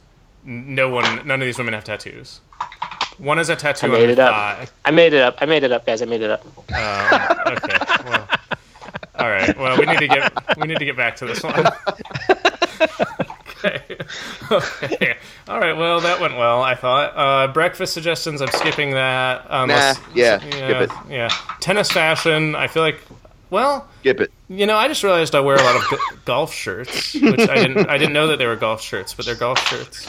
Speaker 4: No one, none of these women have tattoos. One is a tattoo
Speaker 6: I
Speaker 4: on
Speaker 6: made
Speaker 4: her
Speaker 6: it up.
Speaker 4: thigh.
Speaker 6: I made it up. I made it up, guys. I made it up.
Speaker 4: Um, okay. Well, all right. Well, we need to get we need to get back to this one. okay. Okay. All right. Well, that went well. I thought. Uh, breakfast suggestions. I'm skipping that. Um,
Speaker 5: Nah,
Speaker 4: let's-
Speaker 5: yeah,
Speaker 4: yeah.
Speaker 5: skip it.
Speaker 4: Yeah. Tennis fashion. I feel like. Well,
Speaker 5: Skip it.
Speaker 4: you know, I just realized I wear a lot of g- golf shirts, which I didn't. I didn't know that they were golf shirts, but they're golf shirts.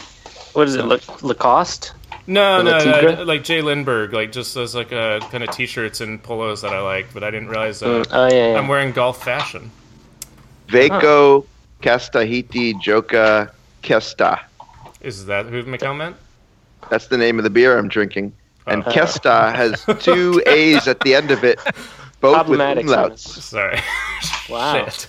Speaker 6: What is it? La- Lacoste?
Speaker 4: No,
Speaker 6: The
Speaker 4: no,
Speaker 6: Tigre?
Speaker 4: no, like Jay Lindberg, like just those like uh, kind of t-shirts and polos that I like, but I didn't realize
Speaker 5: Uh,
Speaker 4: that
Speaker 6: Oh yeah. yeah.
Speaker 4: I'm wearing golf fashion.
Speaker 5: Vaco, Castahiti, Joka, Kesta.
Speaker 4: Is that who Mikhail meant?
Speaker 5: That's the name of the beer I'm drinking. And
Speaker 4: Oh.
Speaker 5: Kesta has two A's at the end of it, both with
Speaker 6: Problematic. Simon.
Speaker 5: umlauts.
Speaker 4: Sorry.
Speaker 6: Wow.
Speaker 4: Shit.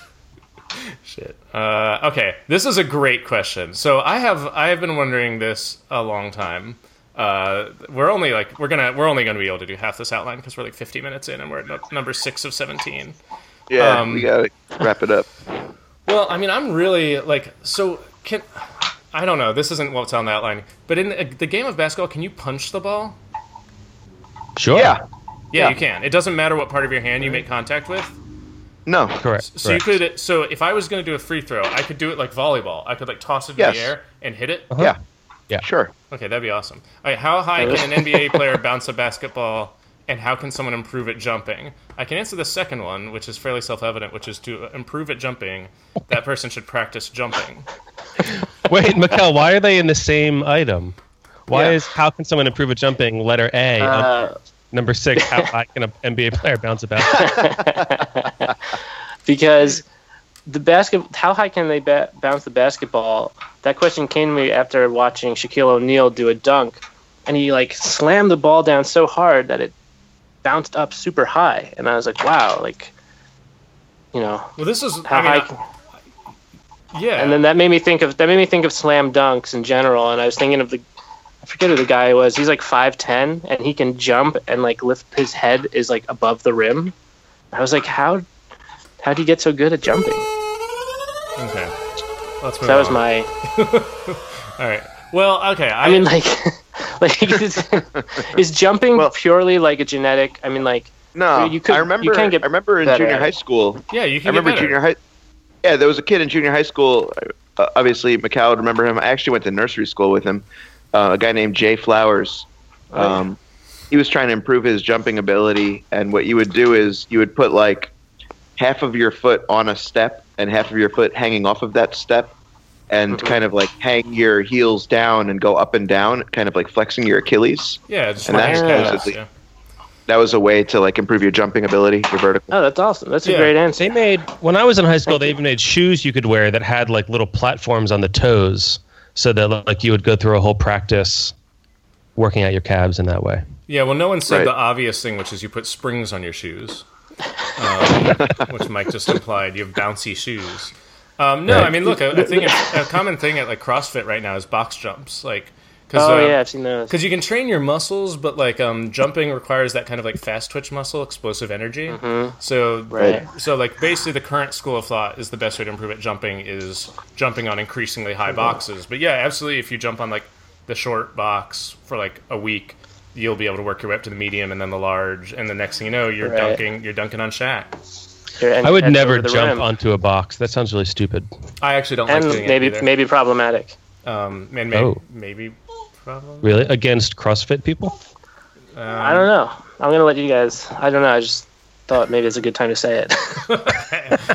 Speaker 4: Shit. Uh, okay, this is a great question. So I have I have been wondering this a long time. Uh, we're only like we're gonna we're only gonna be able to do half this outline because we're like 50 minutes in and we're at nu- number six of 17.
Speaker 5: Yeah,
Speaker 4: Um,
Speaker 5: we gotta wrap it up.
Speaker 4: Well, I mean, I'm really like so can I don't know. This isn't what's on the outline, but in uh, the game of basketball, can you punch the ball?
Speaker 7: Sure.
Speaker 5: Yeah.
Speaker 4: Yeah, you can. It doesn't matter what part of your hand you make contact with.
Speaker 5: No,
Speaker 7: Correct.
Speaker 4: So you
Speaker 7: correct.
Speaker 4: could so if I was going to do a free throw, I could do it like volleyball. I could like toss it in
Speaker 5: Yes.
Speaker 4: the air and hit it.
Speaker 5: yeah,
Speaker 7: Yeah.
Speaker 5: sure.
Speaker 4: Okay, that'd be awesome. All right, how high can an NBA player bounce a basketball, and how can someone improve at jumping? I can answer the second one, which is fairly self-evident, which is to improve at jumping, that person should practice jumping.
Speaker 7: Wait, Mikkel, why are they in the same item? Why
Speaker 5: Yeah.
Speaker 7: is how can someone improve at jumping? Letter A.
Speaker 6: Uh,
Speaker 7: number six. How high can an NBA player bounce a basketball?
Speaker 6: because the basket how high can they ba- bounce the basketball that question came to me after watching shaquille o'neal do a dunk and he like slammed the ball down so hard that it bounced up super high and i was like wow like you know
Speaker 4: Well, this is
Speaker 6: how
Speaker 4: I mean,
Speaker 6: high
Speaker 4: I-
Speaker 6: can-
Speaker 4: yeah.
Speaker 6: and then that made me think of that made me think of slam dunks in general and i was thinking of the i forget who the guy was he's like 510 and he can jump and like lift his head is like above the rim i was like how how do you get so good at jumping
Speaker 4: okay. Let's move
Speaker 6: that was
Speaker 4: on.
Speaker 6: my
Speaker 4: All right. Well, okay. I,
Speaker 6: I mean, like, like is, is jumping
Speaker 5: Well-
Speaker 6: purely like a genetic? I mean, like,
Speaker 5: No,
Speaker 6: You could-
Speaker 5: I
Speaker 6: you
Speaker 5: remember.
Speaker 6: can get
Speaker 5: I remember in
Speaker 6: better.
Speaker 5: junior high school.
Speaker 4: yeah, you can
Speaker 5: I remember
Speaker 4: get better.
Speaker 5: junior high. Yeah, there was a kid in junior high school. Uh, obviously, Macau would remember him. I actually went to nursery school with him. Uh, a guy named Jay Flowers.
Speaker 6: Oh,
Speaker 5: Um, he was trying to improve his jumping ability, and what you would do is you would put like half of your foot on a step and half of your foot hanging off of that step, and
Speaker 6: Mm-hmm.
Speaker 5: kind of like hang your heels down and go up and down, kind of like flexing your Achilles.
Speaker 4: yeah, just
Speaker 5: And
Speaker 4: like
Speaker 5: that's
Speaker 4: your calves,
Speaker 5: supposedly-
Speaker 4: yeah.
Speaker 5: That was a way to like improve your jumping ability, your vertical.
Speaker 6: oh, that's awesome. That's
Speaker 4: Yeah.
Speaker 6: a great answer.
Speaker 7: They made when I was in high school. They even made shoes you could wear that had like little platforms on the toes, so that like you would go through a whole practice working out your calves in that way.
Speaker 4: Yeah, well, no one said
Speaker 5: Right.
Speaker 4: the obvious thing, which is you put springs on your shoes, um, which Mike just implied. You have bouncy shoes. Um, no, I mean, look, I, I think it's, a common thing at like CrossFit right now is box jumps, like uh, because
Speaker 6: Oh yeah, I've seen those.
Speaker 4: you can train your muscles, but like um, jumping requires that kind of like fast twitch muscle, explosive energy. So
Speaker 6: Mm-hmm. Right.
Speaker 4: so like basically the current school of thought is the best way to improve at jumping is jumping on
Speaker 6: Mm-hmm.
Speaker 4: increasingly high boxes. But yeah, absolutely, if you jump on like the short box for like a week, you'll be able to work your way up to the medium and then the large, and the next thing you know, you're
Speaker 6: Right.
Speaker 4: dunking. You're dunking on Shaq.
Speaker 6: And
Speaker 7: I would
Speaker 6: head
Speaker 7: never
Speaker 6: over the
Speaker 7: jump
Speaker 6: rim.
Speaker 7: onto a box. That sounds really stupid.
Speaker 4: I actually don't
Speaker 6: and
Speaker 4: like doing
Speaker 6: maybe
Speaker 4: it either.
Speaker 6: maybe problematic.
Speaker 4: um, and maybe
Speaker 7: Oh.
Speaker 4: maybe problem.
Speaker 7: Really? Against CrossFit people?
Speaker 6: I don't know. I'm gonna let you guys. I don't know. I just thought maybe it's a good time to say it.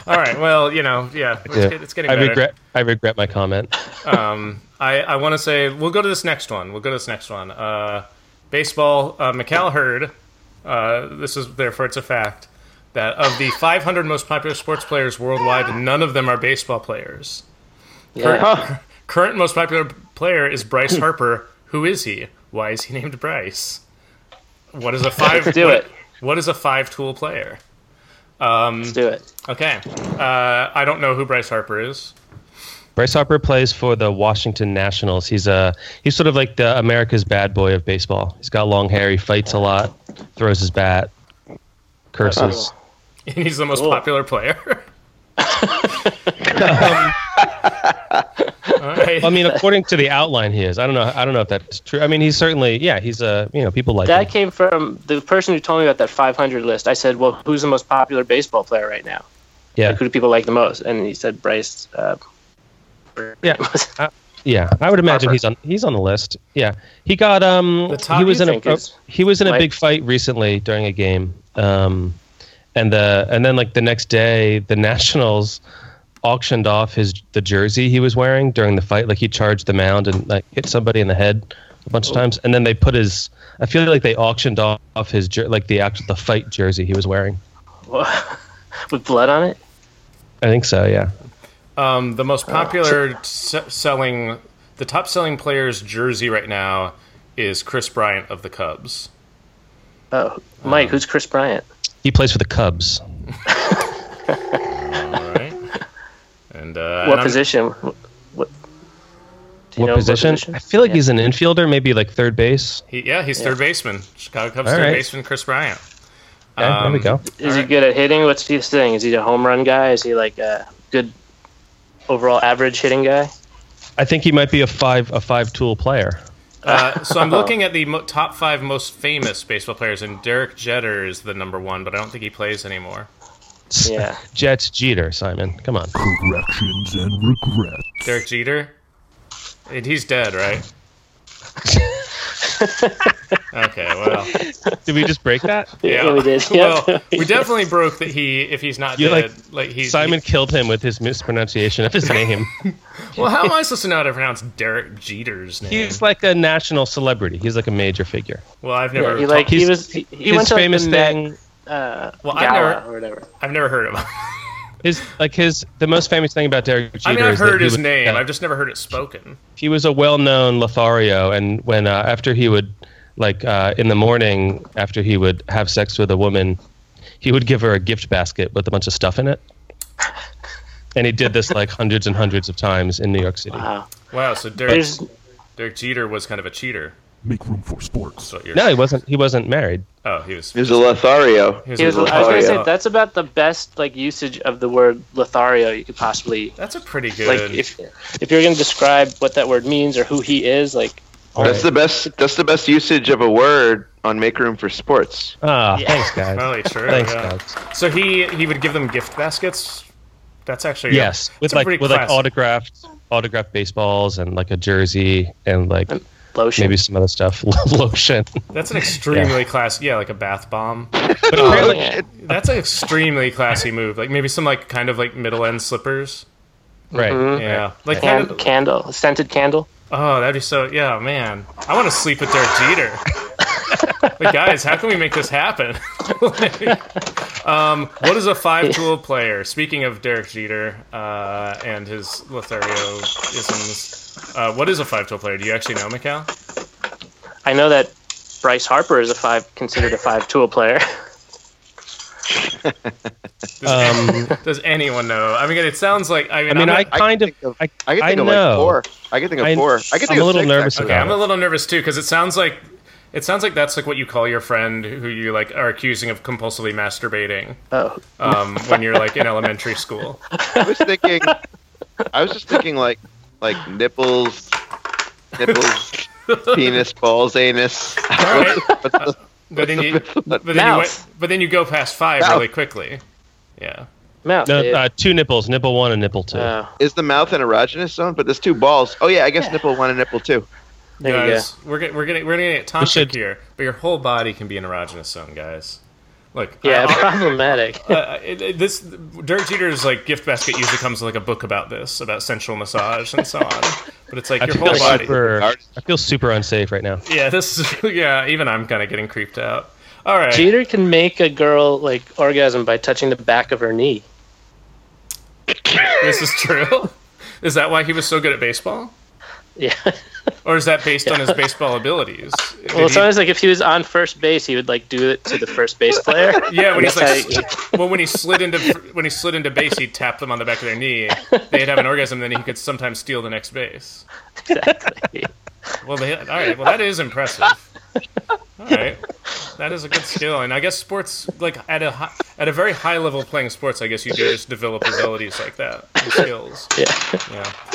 Speaker 4: All right. Well, you know, yeah, it's, get- it's getting
Speaker 7: I
Speaker 4: better.
Speaker 7: regret I regret my comment.
Speaker 4: Um, I, I want to say we'll go to this next one. We'll go to this next one. Uh, baseball. Uh, McCall Hurd. Uh, this is therefore it's a fact that of the 500 most popular sports players worldwide, none of them are baseball players.
Speaker 6: Yeah.
Speaker 4: Current most popular player is Bryce
Speaker 6: Hmm.
Speaker 4: Harper. Who is he? Why is he named Bryce? What is a five?
Speaker 6: Do
Speaker 4: what-
Speaker 6: it.
Speaker 4: What is a five-tool player?
Speaker 6: Let's do it.
Speaker 4: Okay. Uh, I don't know who Bryce Harper is.
Speaker 7: Bryce Harper plays for the Washington Nationals. He's a he's sort of like the America's bad boy of baseball. He's got long hair. He fights a lot. Throws his bat. Curses.
Speaker 4: and he's the most
Speaker 6: Cool.
Speaker 4: popular player. Um, all right.
Speaker 7: I mean, according to the outline, he is. I don't know. I don't know if that's true. I mean, he's certainly yeah. He's a you know people like
Speaker 6: That
Speaker 7: him.
Speaker 6: came from the person who told me about that 500 list. I said, "Well, who's the most popular baseball player right now?
Speaker 7: Yeah,
Speaker 6: Like, who do people like the most?" And he said, "Bryce." Uh,
Speaker 7: Yeah. Uh,
Speaker 6: I
Speaker 7: yeah. I would imagine
Speaker 6: Harper.
Speaker 7: he's on he's on the list. Yeah, he got um
Speaker 4: The top
Speaker 7: he was
Speaker 6: you
Speaker 7: in a oh,
Speaker 6: think is
Speaker 7: he was in a
Speaker 6: like-
Speaker 7: big fight recently during a game. Um, and the and then like the next day, the Nationals auctioned off his the jersey he was wearing during the fight. Like he charged the mound and like hit somebody in the head a bunch
Speaker 6: Oh.
Speaker 7: of times. And then they put his. I feel like they auctioned off his jer- like the actual the fight jersey he was wearing.
Speaker 6: with blood on it.
Speaker 7: I think so. Yeah.
Speaker 4: Um, the
Speaker 6: Uh,
Speaker 4: most popular s- selling, the top selling player's jersey right now is Chris Bryant of the Cubs.
Speaker 6: Oh, Mike, who's Chris Bryant?
Speaker 7: He plays for the Cubs.
Speaker 4: All right. And uh, and
Speaker 6: What
Speaker 4: I'm-
Speaker 6: position? What, do you
Speaker 7: What
Speaker 6: know
Speaker 7: position? I feel like
Speaker 6: Yeah.
Speaker 7: he's an infielder, maybe like third base.
Speaker 4: He, yeah, he's third baseman. Chicago Cubs
Speaker 7: All
Speaker 4: third
Speaker 7: right.
Speaker 4: baseman Chris Bryant.
Speaker 7: Yeah, there we
Speaker 4: Um,
Speaker 7: go.
Speaker 6: Is he good at hitting? What's his thing? Is he a home run guy? Is he like a good overall average hitting guy?
Speaker 7: I think he might be a five a five tool player.
Speaker 4: Uh, so I'm looking at the mo- top five most famous baseball players, and Derek Jeter is the number one, but I don't think he plays anymore.
Speaker 6: Yeah.
Speaker 7: Jets Jeter, Simon. Come on.
Speaker 3: Corrections and regrets.
Speaker 4: Derek Jeter, and he's dead, right? okay, well,
Speaker 7: Did we just break that?
Speaker 4: yeah,
Speaker 6: we did. Yeah.
Speaker 4: Well, we definitely broke that he, if he's not
Speaker 7: You're
Speaker 4: dead, like, he,
Speaker 7: Simon killed him with his mispronunciation of his name.
Speaker 4: He, well, how am I supposed to know how to pronounce Derek Jeter's name?
Speaker 7: He's like a national celebrity. He's like a major figure.
Speaker 4: well, I've
Speaker 6: Yeah,
Speaker 4: never,
Speaker 6: he
Speaker 4: talked-
Speaker 6: like he
Speaker 7: He's-
Speaker 6: was he, he
Speaker 7: his
Speaker 6: went to like,
Speaker 7: famous
Speaker 6: the Met,
Speaker 7: thing,
Speaker 6: uh,
Speaker 4: Well, I've
Speaker 6: gala
Speaker 4: never-
Speaker 6: or whatever.
Speaker 4: I've never heard of him.
Speaker 7: his like his the most famous thing about Derek Jeter.
Speaker 4: I mean, I've
Speaker 7: is that
Speaker 4: heard
Speaker 7: he
Speaker 4: his
Speaker 7: would-
Speaker 4: name.
Speaker 7: yeah.
Speaker 4: I've just never heard it spoken.
Speaker 7: he was a well-known Lothario, and when uh, after he would like uh, in the morning after he would have sex with a woman, he would give her a gift basket with a bunch of stuff in it. And he did this like hundreds and hundreds of times in New York City.
Speaker 6: Wow.
Speaker 4: Wow, so Derek,
Speaker 6: There's
Speaker 4: Derek Jeter was kind of a cheater.
Speaker 3: Make room for sports.
Speaker 4: So you're,
Speaker 7: No, he wasn't. He wasn't married.
Speaker 4: oh, he was.
Speaker 5: He was a Lothario.
Speaker 6: he was, I was
Speaker 5: Oh,
Speaker 6: gonna
Speaker 5: yeah.
Speaker 6: say that's about the best like usage of the word Lothario you could possibly
Speaker 4: That's a pretty good.
Speaker 6: like if if you're gonna describe what that word means or who he is like
Speaker 5: That's the best. That's the best usage of a word on Make Room for Sports.
Speaker 7: Ah, thanks, guys.
Speaker 4: Probably true.
Speaker 7: Thanks,
Speaker 4: Oh, yeah.
Speaker 7: guys.
Speaker 4: So he he would give them gift baskets. That's actually
Speaker 7: Yes,
Speaker 4: That's
Speaker 7: with
Speaker 4: a
Speaker 7: like
Speaker 4: pretty
Speaker 7: with like
Speaker 4: classic-
Speaker 7: autographed autographed baseballs and like a jersey and like
Speaker 6: lotion.
Speaker 7: maybe some other stuff, lotion.
Speaker 4: That's an extremely classy. Yeah, like a bath bomb.
Speaker 7: But uh, apparently,
Speaker 6: Yeah.
Speaker 4: That's an extremely classy move. Like maybe some like kind of like middle end slippers.
Speaker 7: right?
Speaker 4: Yeah, like kind
Speaker 6: Can-
Speaker 4: of.
Speaker 6: candle, a scented candle.
Speaker 4: Oh, that'd be so. Yeah, man, I want to sleep with Derek Jeter. like guys, how can we make this happen? Like, um, what is a five tool player? Speaking of Derek Jeter uh, and his Lothario isms, uh, what is a five tool player? Do you actually know, Mikhail?
Speaker 6: I know that Bryce Harper is a five considered a five tool player.
Speaker 7: Um,
Speaker 4: Does anyone know? I mean, it sounds like I mean,
Speaker 7: I mean,
Speaker 4: I'm
Speaker 7: I
Speaker 4: not-
Speaker 7: kind of,
Speaker 5: think of-
Speaker 7: I,
Speaker 5: I can
Speaker 7: I
Speaker 5: think of
Speaker 7: know.
Speaker 5: like four. I can think of
Speaker 7: I-
Speaker 5: four. I can think
Speaker 7: I'm
Speaker 5: of
Speaker 7: a little
Speaker 5: six,
Speaker 7: nervous
Speaker 5: actually.
Speaker 7: about
Speaker 4: I'm a little nervous too because it sounds like it sounds like that's like what you call your friend who you like are accusing of compulsively masturbating
Speaker 6: Oh,
Speaker 4: um, when you're like in elementary school.
Speaker 5: I was thinking. I was just thinking like like nipples, nipples, penis, balls, anus.
Speaker 4: right. But then you, but then you, went,
Speaker 6: Mouth.
Speaker 4: but then you go past five
Speaker 5: Mouth.
Speaker 4: really quickly. Yeah.
Speaker 6: Mouth.
Speaker 7: No,
Speaker 6: dude.
Speaker 7: uh, two nipples, nipple one and nipple two.
Speaker 4: Uh,
Speaker 6: Oh,
Speaker 5: Is the mouth an erogenous zone? But there's two balls. Oh yeah, I guess nipple one and nipple two.
Speaker 6: there you go.
Speaker 4: guys, we're get, we're getting we're gonna get tantric
Speaker 7: should-
Speaker 4: here, but your whole body can be an erogenous zone, guys. Look,
Speaker 6: Yeah,
Speaker 4: I-
Speaker 6: problematic.
Speaker 4: uh, it, it- this Dirk Jeter's like gift basket usually comes with like a book about this, about sensual massage and so on. But it's like
Speaker 7: I
Speaker 4: your
Speaker 7: feel
Speaker 4: whole body.
Speaker 7: super. I feel super unsafe right now.
Speaker 4: Yeah, this. Yeah, even I'm kind of getting creeped out. All right.
Speaker 6: Jeter can make a girl like orgasm by touching the back of her knee.
Speaker 4: This is true. Is that why he was so good at baseball?
Speaker 6: Yeah.
Speaker 4: Or is that based on his baseball abilities? Did
Speaker 6: Well,
Speaker 4: he-
Speaker 6: sometimes like if he was on first base, he would like do it to the first base player.
Speaker 4: yeah, when he's
Speaker 6: That's
Speaker 4: like, well, when he slid into when he slid into base, he tapped them on the back of their knee. They'd have an orgasm, then he could sometimes steal the next base.
Speaker 6: Exactly.
Speaker 4: Well, they, all right. Well, that is impressive. All right, that is a good skill, and I guess sports, like at a hi- at a very high level playing sports, I guess you do just develop abilities like that, and skills.
Speaker 6: Yeah.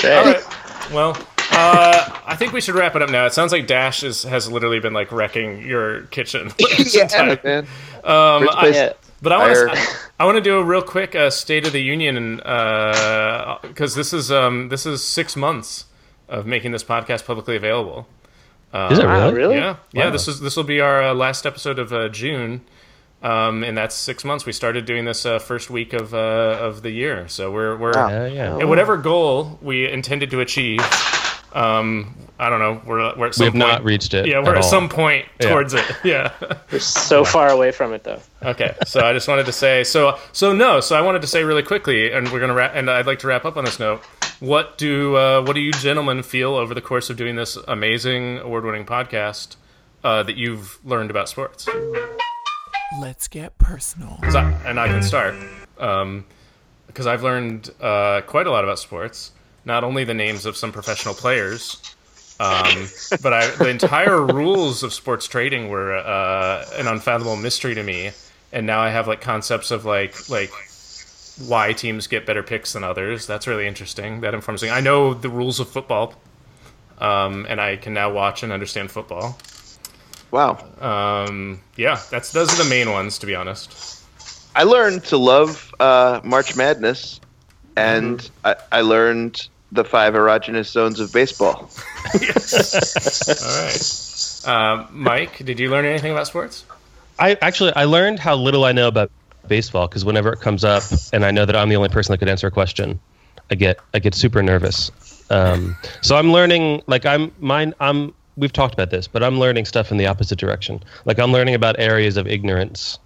Speaker 4: Yeah. All
Speaker 6: Right.
Speaker 4: right. Well, uh, I think we should wrap it up now. It sounds like Dash is, has literally been like wrecking your kitchen.
Speaker 5: yeah, man.
Speaker 4: Um,
Speaker 5: First place-
Speaker 4: I-
Speaker 6: Yeah.
Speaker 4: but I want
Speaker 5: Fire.
Speaker 4: to I want to do a real quick uh, State of the Union because this is um, this is six months of making this podcast publicly available.
Speaker 7: Is it
Speaker 6: Wow,
Speaker 7: really?
Speaker 6: really?
Speaker 4: Yeah, yeah. This is this will be our uh, last episode of uh, June, um, and that's six months. We started doing this uh, first week of uh, of the year, so we're we're
Speaker 5: Wow.
Speaker 7: Yeah, yeah.
Speaker 4: and whatever goal we intended to achieve. Um, I don't know. We're, we're at some
Speaker 7: we have
Speaker 4: point.
Speaker 7: not reached it.
Speaker 4: yeah, we're
Speaker 7: at
Speaker 4: at
Speaker 7: all.
Speaker 4: some point
Speaker 7: Yeah.
Speaker 4: towards it. Yeah.
Speaker 6: We're so far away from it though.
Speaker 4: okay. So I just wanted to say. So so no. So I wanted to say really quickly, and we're gonna wrap. And I'd like to wrap up on this note. What do uh, what do you gentlemen feel over the course of doing this amazing award winning podcast uh, that you've learned about sports?
Speaker 8: Let's get personal.
Speaker 4: 'Cause I- and I can start because I've learned uh, quite a lot about sports. Not only the names of some professional players, um, but I, the entire rules of sports trading were uh, an unfathomable mystery to me. And now I have like concepts of like like why teams get better picks than others. That's really interesting. That informs me. I know the rules of football, um, and I can now watch and understand football.
Speaker 5: Wow.
Speaker 4: Um, yeah, that's those are the main ones, to be honest.
Speaker 5: I learned to love uh, March Madness, and
Speaker 7: Mm-hmm.
Speaker 5: I, I learned the five erogenous zones of baseball.
Speaker 4: All right. Um, Mike, did you learn anything about sports?
Speaker 7: I actually I learned how little I know about baseball because whenever it comes up and I know that I'm the only person that could answer a question, I get I get super nervous. Um, so I'm learning like I'm mine I'm we've talked about this, but I'm learning stuff in the opposite direction. Like I'm learning about areas of ignorance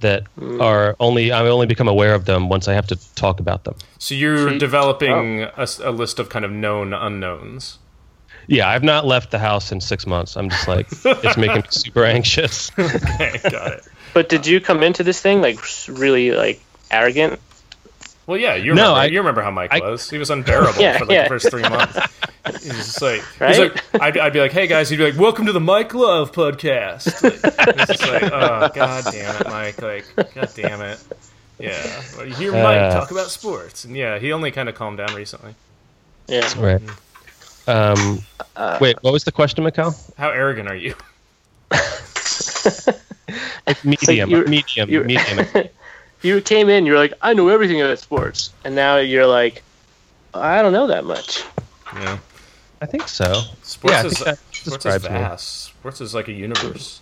Speaker 7: that
Speaker 4: Hmm.
Speaker 7: are only I only become aware of them once I have to talk about them.
Speaker 4: So you're developing
Speaker 6: oh.
Speaker 4: a s a a, list of kind of known unknowns.
Speaker 7: Yeah, I've not left the house in six months. I'm just like it's making me super anxious.
Speaker 4: Okay, got it.
Speaker 6: But did you come into this thing like s- really like arrogant?
Speaker 4: Well, yeah, you remember,
Speaker 7: No, I-
Speaker 4: you remember how Mike
Speaker 7: I-
Speaker 4: was. He was unbearable
Speaker 6: Yeah,
Speaker 4: for like
Speaker 6: yeah.
Speaker 4: the first three months. He's just like, he's
Speaker 6: Right?
Speaker 4: like- I'd, I'd be like, hey guys, he'd be like, welcome to the Mike Love podcast. Like, he's just like, oh, god damn it, Mike. Like, god damn it. Yeah. Well, you hear Mike
Speaker 7: Uh.
Speaker 4: talk about sports. And yeah, he only kind of calmed down recently.
Speaker 6: Yeah.
Speaker 7: Right. Um, wait, what was the question, Mikhail?
Speaker 4: How arrogant are you?
Speaker 7: Medium,
Speaker 6: you're-
Speaker 7: medium,
Speaker 6: you're-
Speaker 7: medium.
Speaker 6: You came in, you're like, I know everything about sports, and now you're like, I don't know that much.
Speaker 4: Yeah.
Speaker 7: I think so.
Speaker 4: Sports
Speaker 7: Yeah, I
Speaker 4: is
Speaker 7: think that
Speaker 4: sports is
Speaker 7: describes me.
Speaker 4: vast. Sports is like a universe.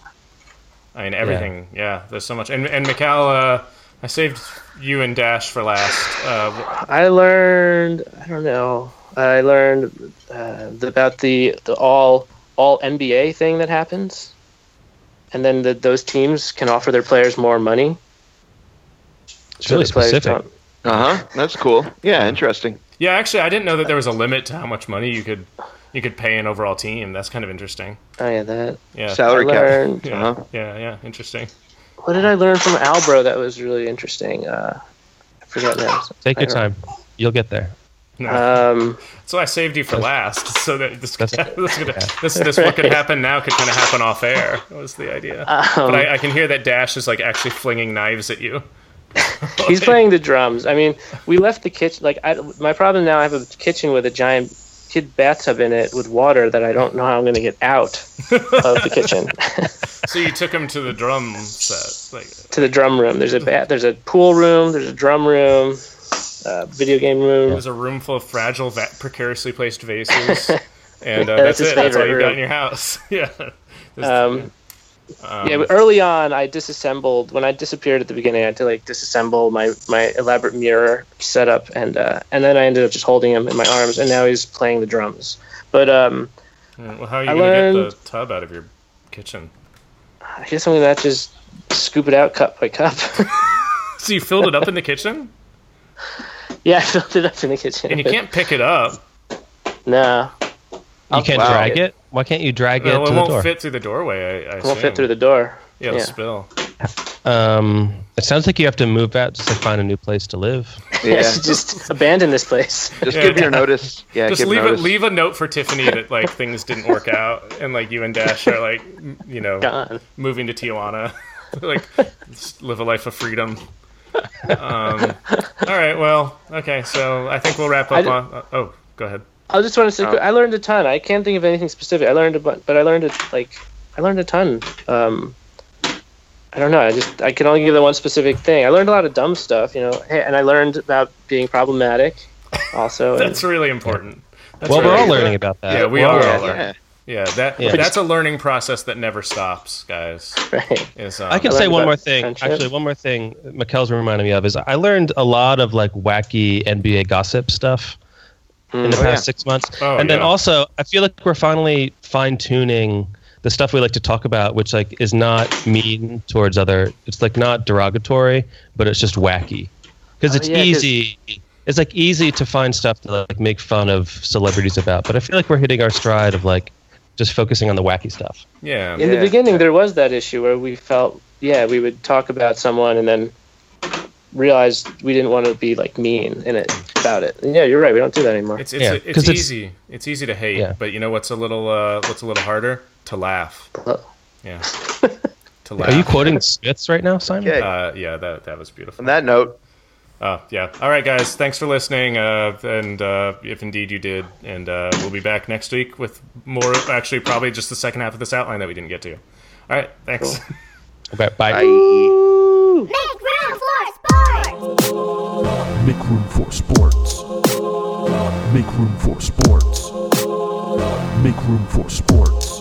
Speaker 4: I mean everything. Yeah, there's so much. And and Mikal, uh, I saved you and Dash for last. Uh, w-
Speaker 6: I learned, I don't know, I learned uh, about the the all all NBA thing that happens, and then that those teams can offer their players more money.
Speaker 7: It's really
Speaker 6: the players
Speaker 7: specific.
Speaker 6: don't-
Speaker 5: Uh huh. That's cool. Yeah, interesting.
Speaker 4: yeah, actually, I didn't know that there was a limit to how much money you could you could pay an overall team. That's kind of interesting.
Speaker 6: Oh yeah, that.
Speaker 4: Yeah.
Speaker 5: Salary
Speaker 6: I
Speaker 5: cap.
Speaker 6: learned-
Speaker 4: yeah,
Speaker 5: Uh-huh.
Speaker 4: yeah, yeah, interesting.
Speaker 6: What did I learn from Albro that was really interesting? Uh, I forgot now.
Speaker 7: Take
Speaker 6: I
Speaker 7: your
Speaker 6: don't-
Speaker 7: time. You'll get there.
Speaker 4: No.
Speaker 6: Um,
Speaker 4: so I saved you for last, so that this this,
Speaker 7: That's-
Speaker 4: could- this, this what could happen now could kind of happen off air. Was the idea?
Speaker 7: Um,
Speaker 4: but
Speaker 6: um,
Speaker 4: I, I can hear that Dash is like actually flinging knives at you.
Speaker 6: He's playing the drums. I mean, we left the kitchen. Like, I, my problem now, I have a kitchen with a giant kid bathtub in it with water that I don't know how I'm going to get out of the kitchen
Speaker 4: So you took him to the drum set. Like,
Speaker 6: to the drum room. There's a bat. There's a pool room. There's a drum room. Uh, video game
Speaker 4: it
Speaker 6: room.
Speaker 4: was a room full of fragile, va- precariously placed vases, and uh,
Speaker 6: Yeah,
Speaker 4: that's,
Speaker 6: that's his
Speaker 4: it. That's all
Speaker 6: favorite
Speaker 4: you got
Speaker 6: room.
Speaker 4: in your house. yeah. This-
Speaker 6: Um,
Speaker 4: um,
Speaker 6: yeah, but early on, I disassembled. When I disappeared at the beginning, I had to like disassemble my my elaborate mirror setup, and uh, and then I ended up just holding him in my arms, and now he's playing the drums. But um,
Speaker 4: well, how are you
Speaker 6: I
Speaker 4: gonna
Speaker 6: learned-
Speaker 4: get the tub out of your kitchen?
Speaker 6: I guess I'm gonna have to just scoop it out cup by cup.
Speaker 4: So you filled it up in the kitchen,
Speaker 6: yeah, I filled it up in the kitchen.
Speaker 4: and you
Speaker 6: but
Speaker 4: can't pick it up.
Speaker 6: No,
Speaker 7: You can't
Speaker 5: wow.
Speaker 7: drag it. Why can't you drag it
Speaker 4: Well,
Speaker 7: to
Speaker 4: it
Speaker 7: the
Speaker 4: won't
Speaker 7: door?
Speaker 4: fit through the doorway. I, I
Speaker 6: it won't fit
Speaker 4: assume.
Speaker 6: through the door.
Speaker 4: yeah, it'll
Speaker 6: yeah.
Speaker 4: spill.
Speaker 7: Um, it sounds like you have to move out just to find a new place to live.
Speaker 5: Yeah.
Speaker 6: just abandon this place.
Speaker 5: Just
Speaker 4: Yeah.
Speaker 5: give your notice. Yeah,
Speaker 4: Just
Speaker 5: give
Speaker 4: leave a,
Speaker 5: notice.
Speaker 4: leave a note for Tiffany that like things didn't work out, and like you and Dash are like, m- you know,
Speaker 6: Gone.
Speaker 4: moving to Tijuana, like just live a life of freedom. Um, all right, well, okay, so I think we'll wrap
Speaker 6: I
Speaker 4: up
Speaker 6: d-
Speaker 4: on. uh, oh, go ahead.
Speaker 6: I just want to say,
Speaker 5: Oh.
Speaker 6: I learned a ton. I can't think of anything specific. I learned a bunch, but I learned it like I learned a ton. Um, I don't know. I just I can only give the one specific thing. I learned a lot of dumb stuff, you know. Hey, and I learned about being problematic, also. and-
Speaker 4: That's really important. That's
Speaker 7: well, we're
Speaker 4: really-
Speaker 7: all learning about that.
Speaker 4: Yeah, we
Speaker 7: We're all
Speaker 4: are
Speaker 7: learning.
Speaker 4: all learning.
Speaker 5: yeah.
Speaker 4: Yeah, that
Speaker 7: Yeah.
Speaker 4: that's a learning process that never stops, guys.
Speaker 6: right.
Speaker 4: Is, um,
Speaker 7: I can
Speaker 6: learned
Speaker 7: say one
Speaker 6: about
Speaker 7: more thing.
Speaker 6: friendship.
Speaker 7: Actually, one more thing. Mikkel's reminded me of is I learned a lot of like wacky NBA gossip stuff in the
Speaker 5: Oh,
Speaker 7: past
Speaker 5: yeah.
Speaker 7: six months,
Speaker 4: Oh,
Speaker 7: and then
Speaker 4: yeah.
Speaker 7: also I feel like we're finally fine tuning the stuff we like to talk about, which like is not mean towards other. It's like not derogatory, but it's just wacky because
Speaker 6: Oh,
Speaker 7: it's
Speaker 6: yeah, 'cause-
Speaker 7: easy. It's like easy to find stuff to like make fun of celebrities about, but I feel like we're hitting our stride of like just focusing on the wacky stuff.
Speaker 4: yeah,
Speaker 6: In
Speaker 5: Yeah.
Speaker 6: the beginning, there was that issue where we felt, yeah, we would talk about someone and then realize we didn't want to be like mean in it about it. And yeah, you're right. We don't do that anymore.
Speaker 4: it's it's,
Speaker 7: Yeah,
Speaker 4: it's
Speaker 7: 'cause it's-
Speaker 4: easy. It's, easy to hate,
Speaker 7: Yeah.
Speaker 4: but you know what's a little uh, what's a little harder to laugh.
Speaker 6: Oh.
Speaker 4: Yeah, to laugh.
Speaker 7: Are you quoting Smiths right now, Simon?
Speaker 5: Okay.
Speaker 4: Uh, yeah, that that was beautiful.
Speaker 5: On that note,
Speaker 4: Oh, yeah. All right, guys. Thanks for listening. Uh, and uh, if indeed you did, and uh, we'll be back next week with more. Actually, probably just the second half of this outline that we didn't get to. All right. Thanks.
Speaker 7: Okay, bye.
Speaker 5: I.
Speaker 2: Make room for sports.
Speaker 3: Make room for sports. Make room for sports. Make room for sports.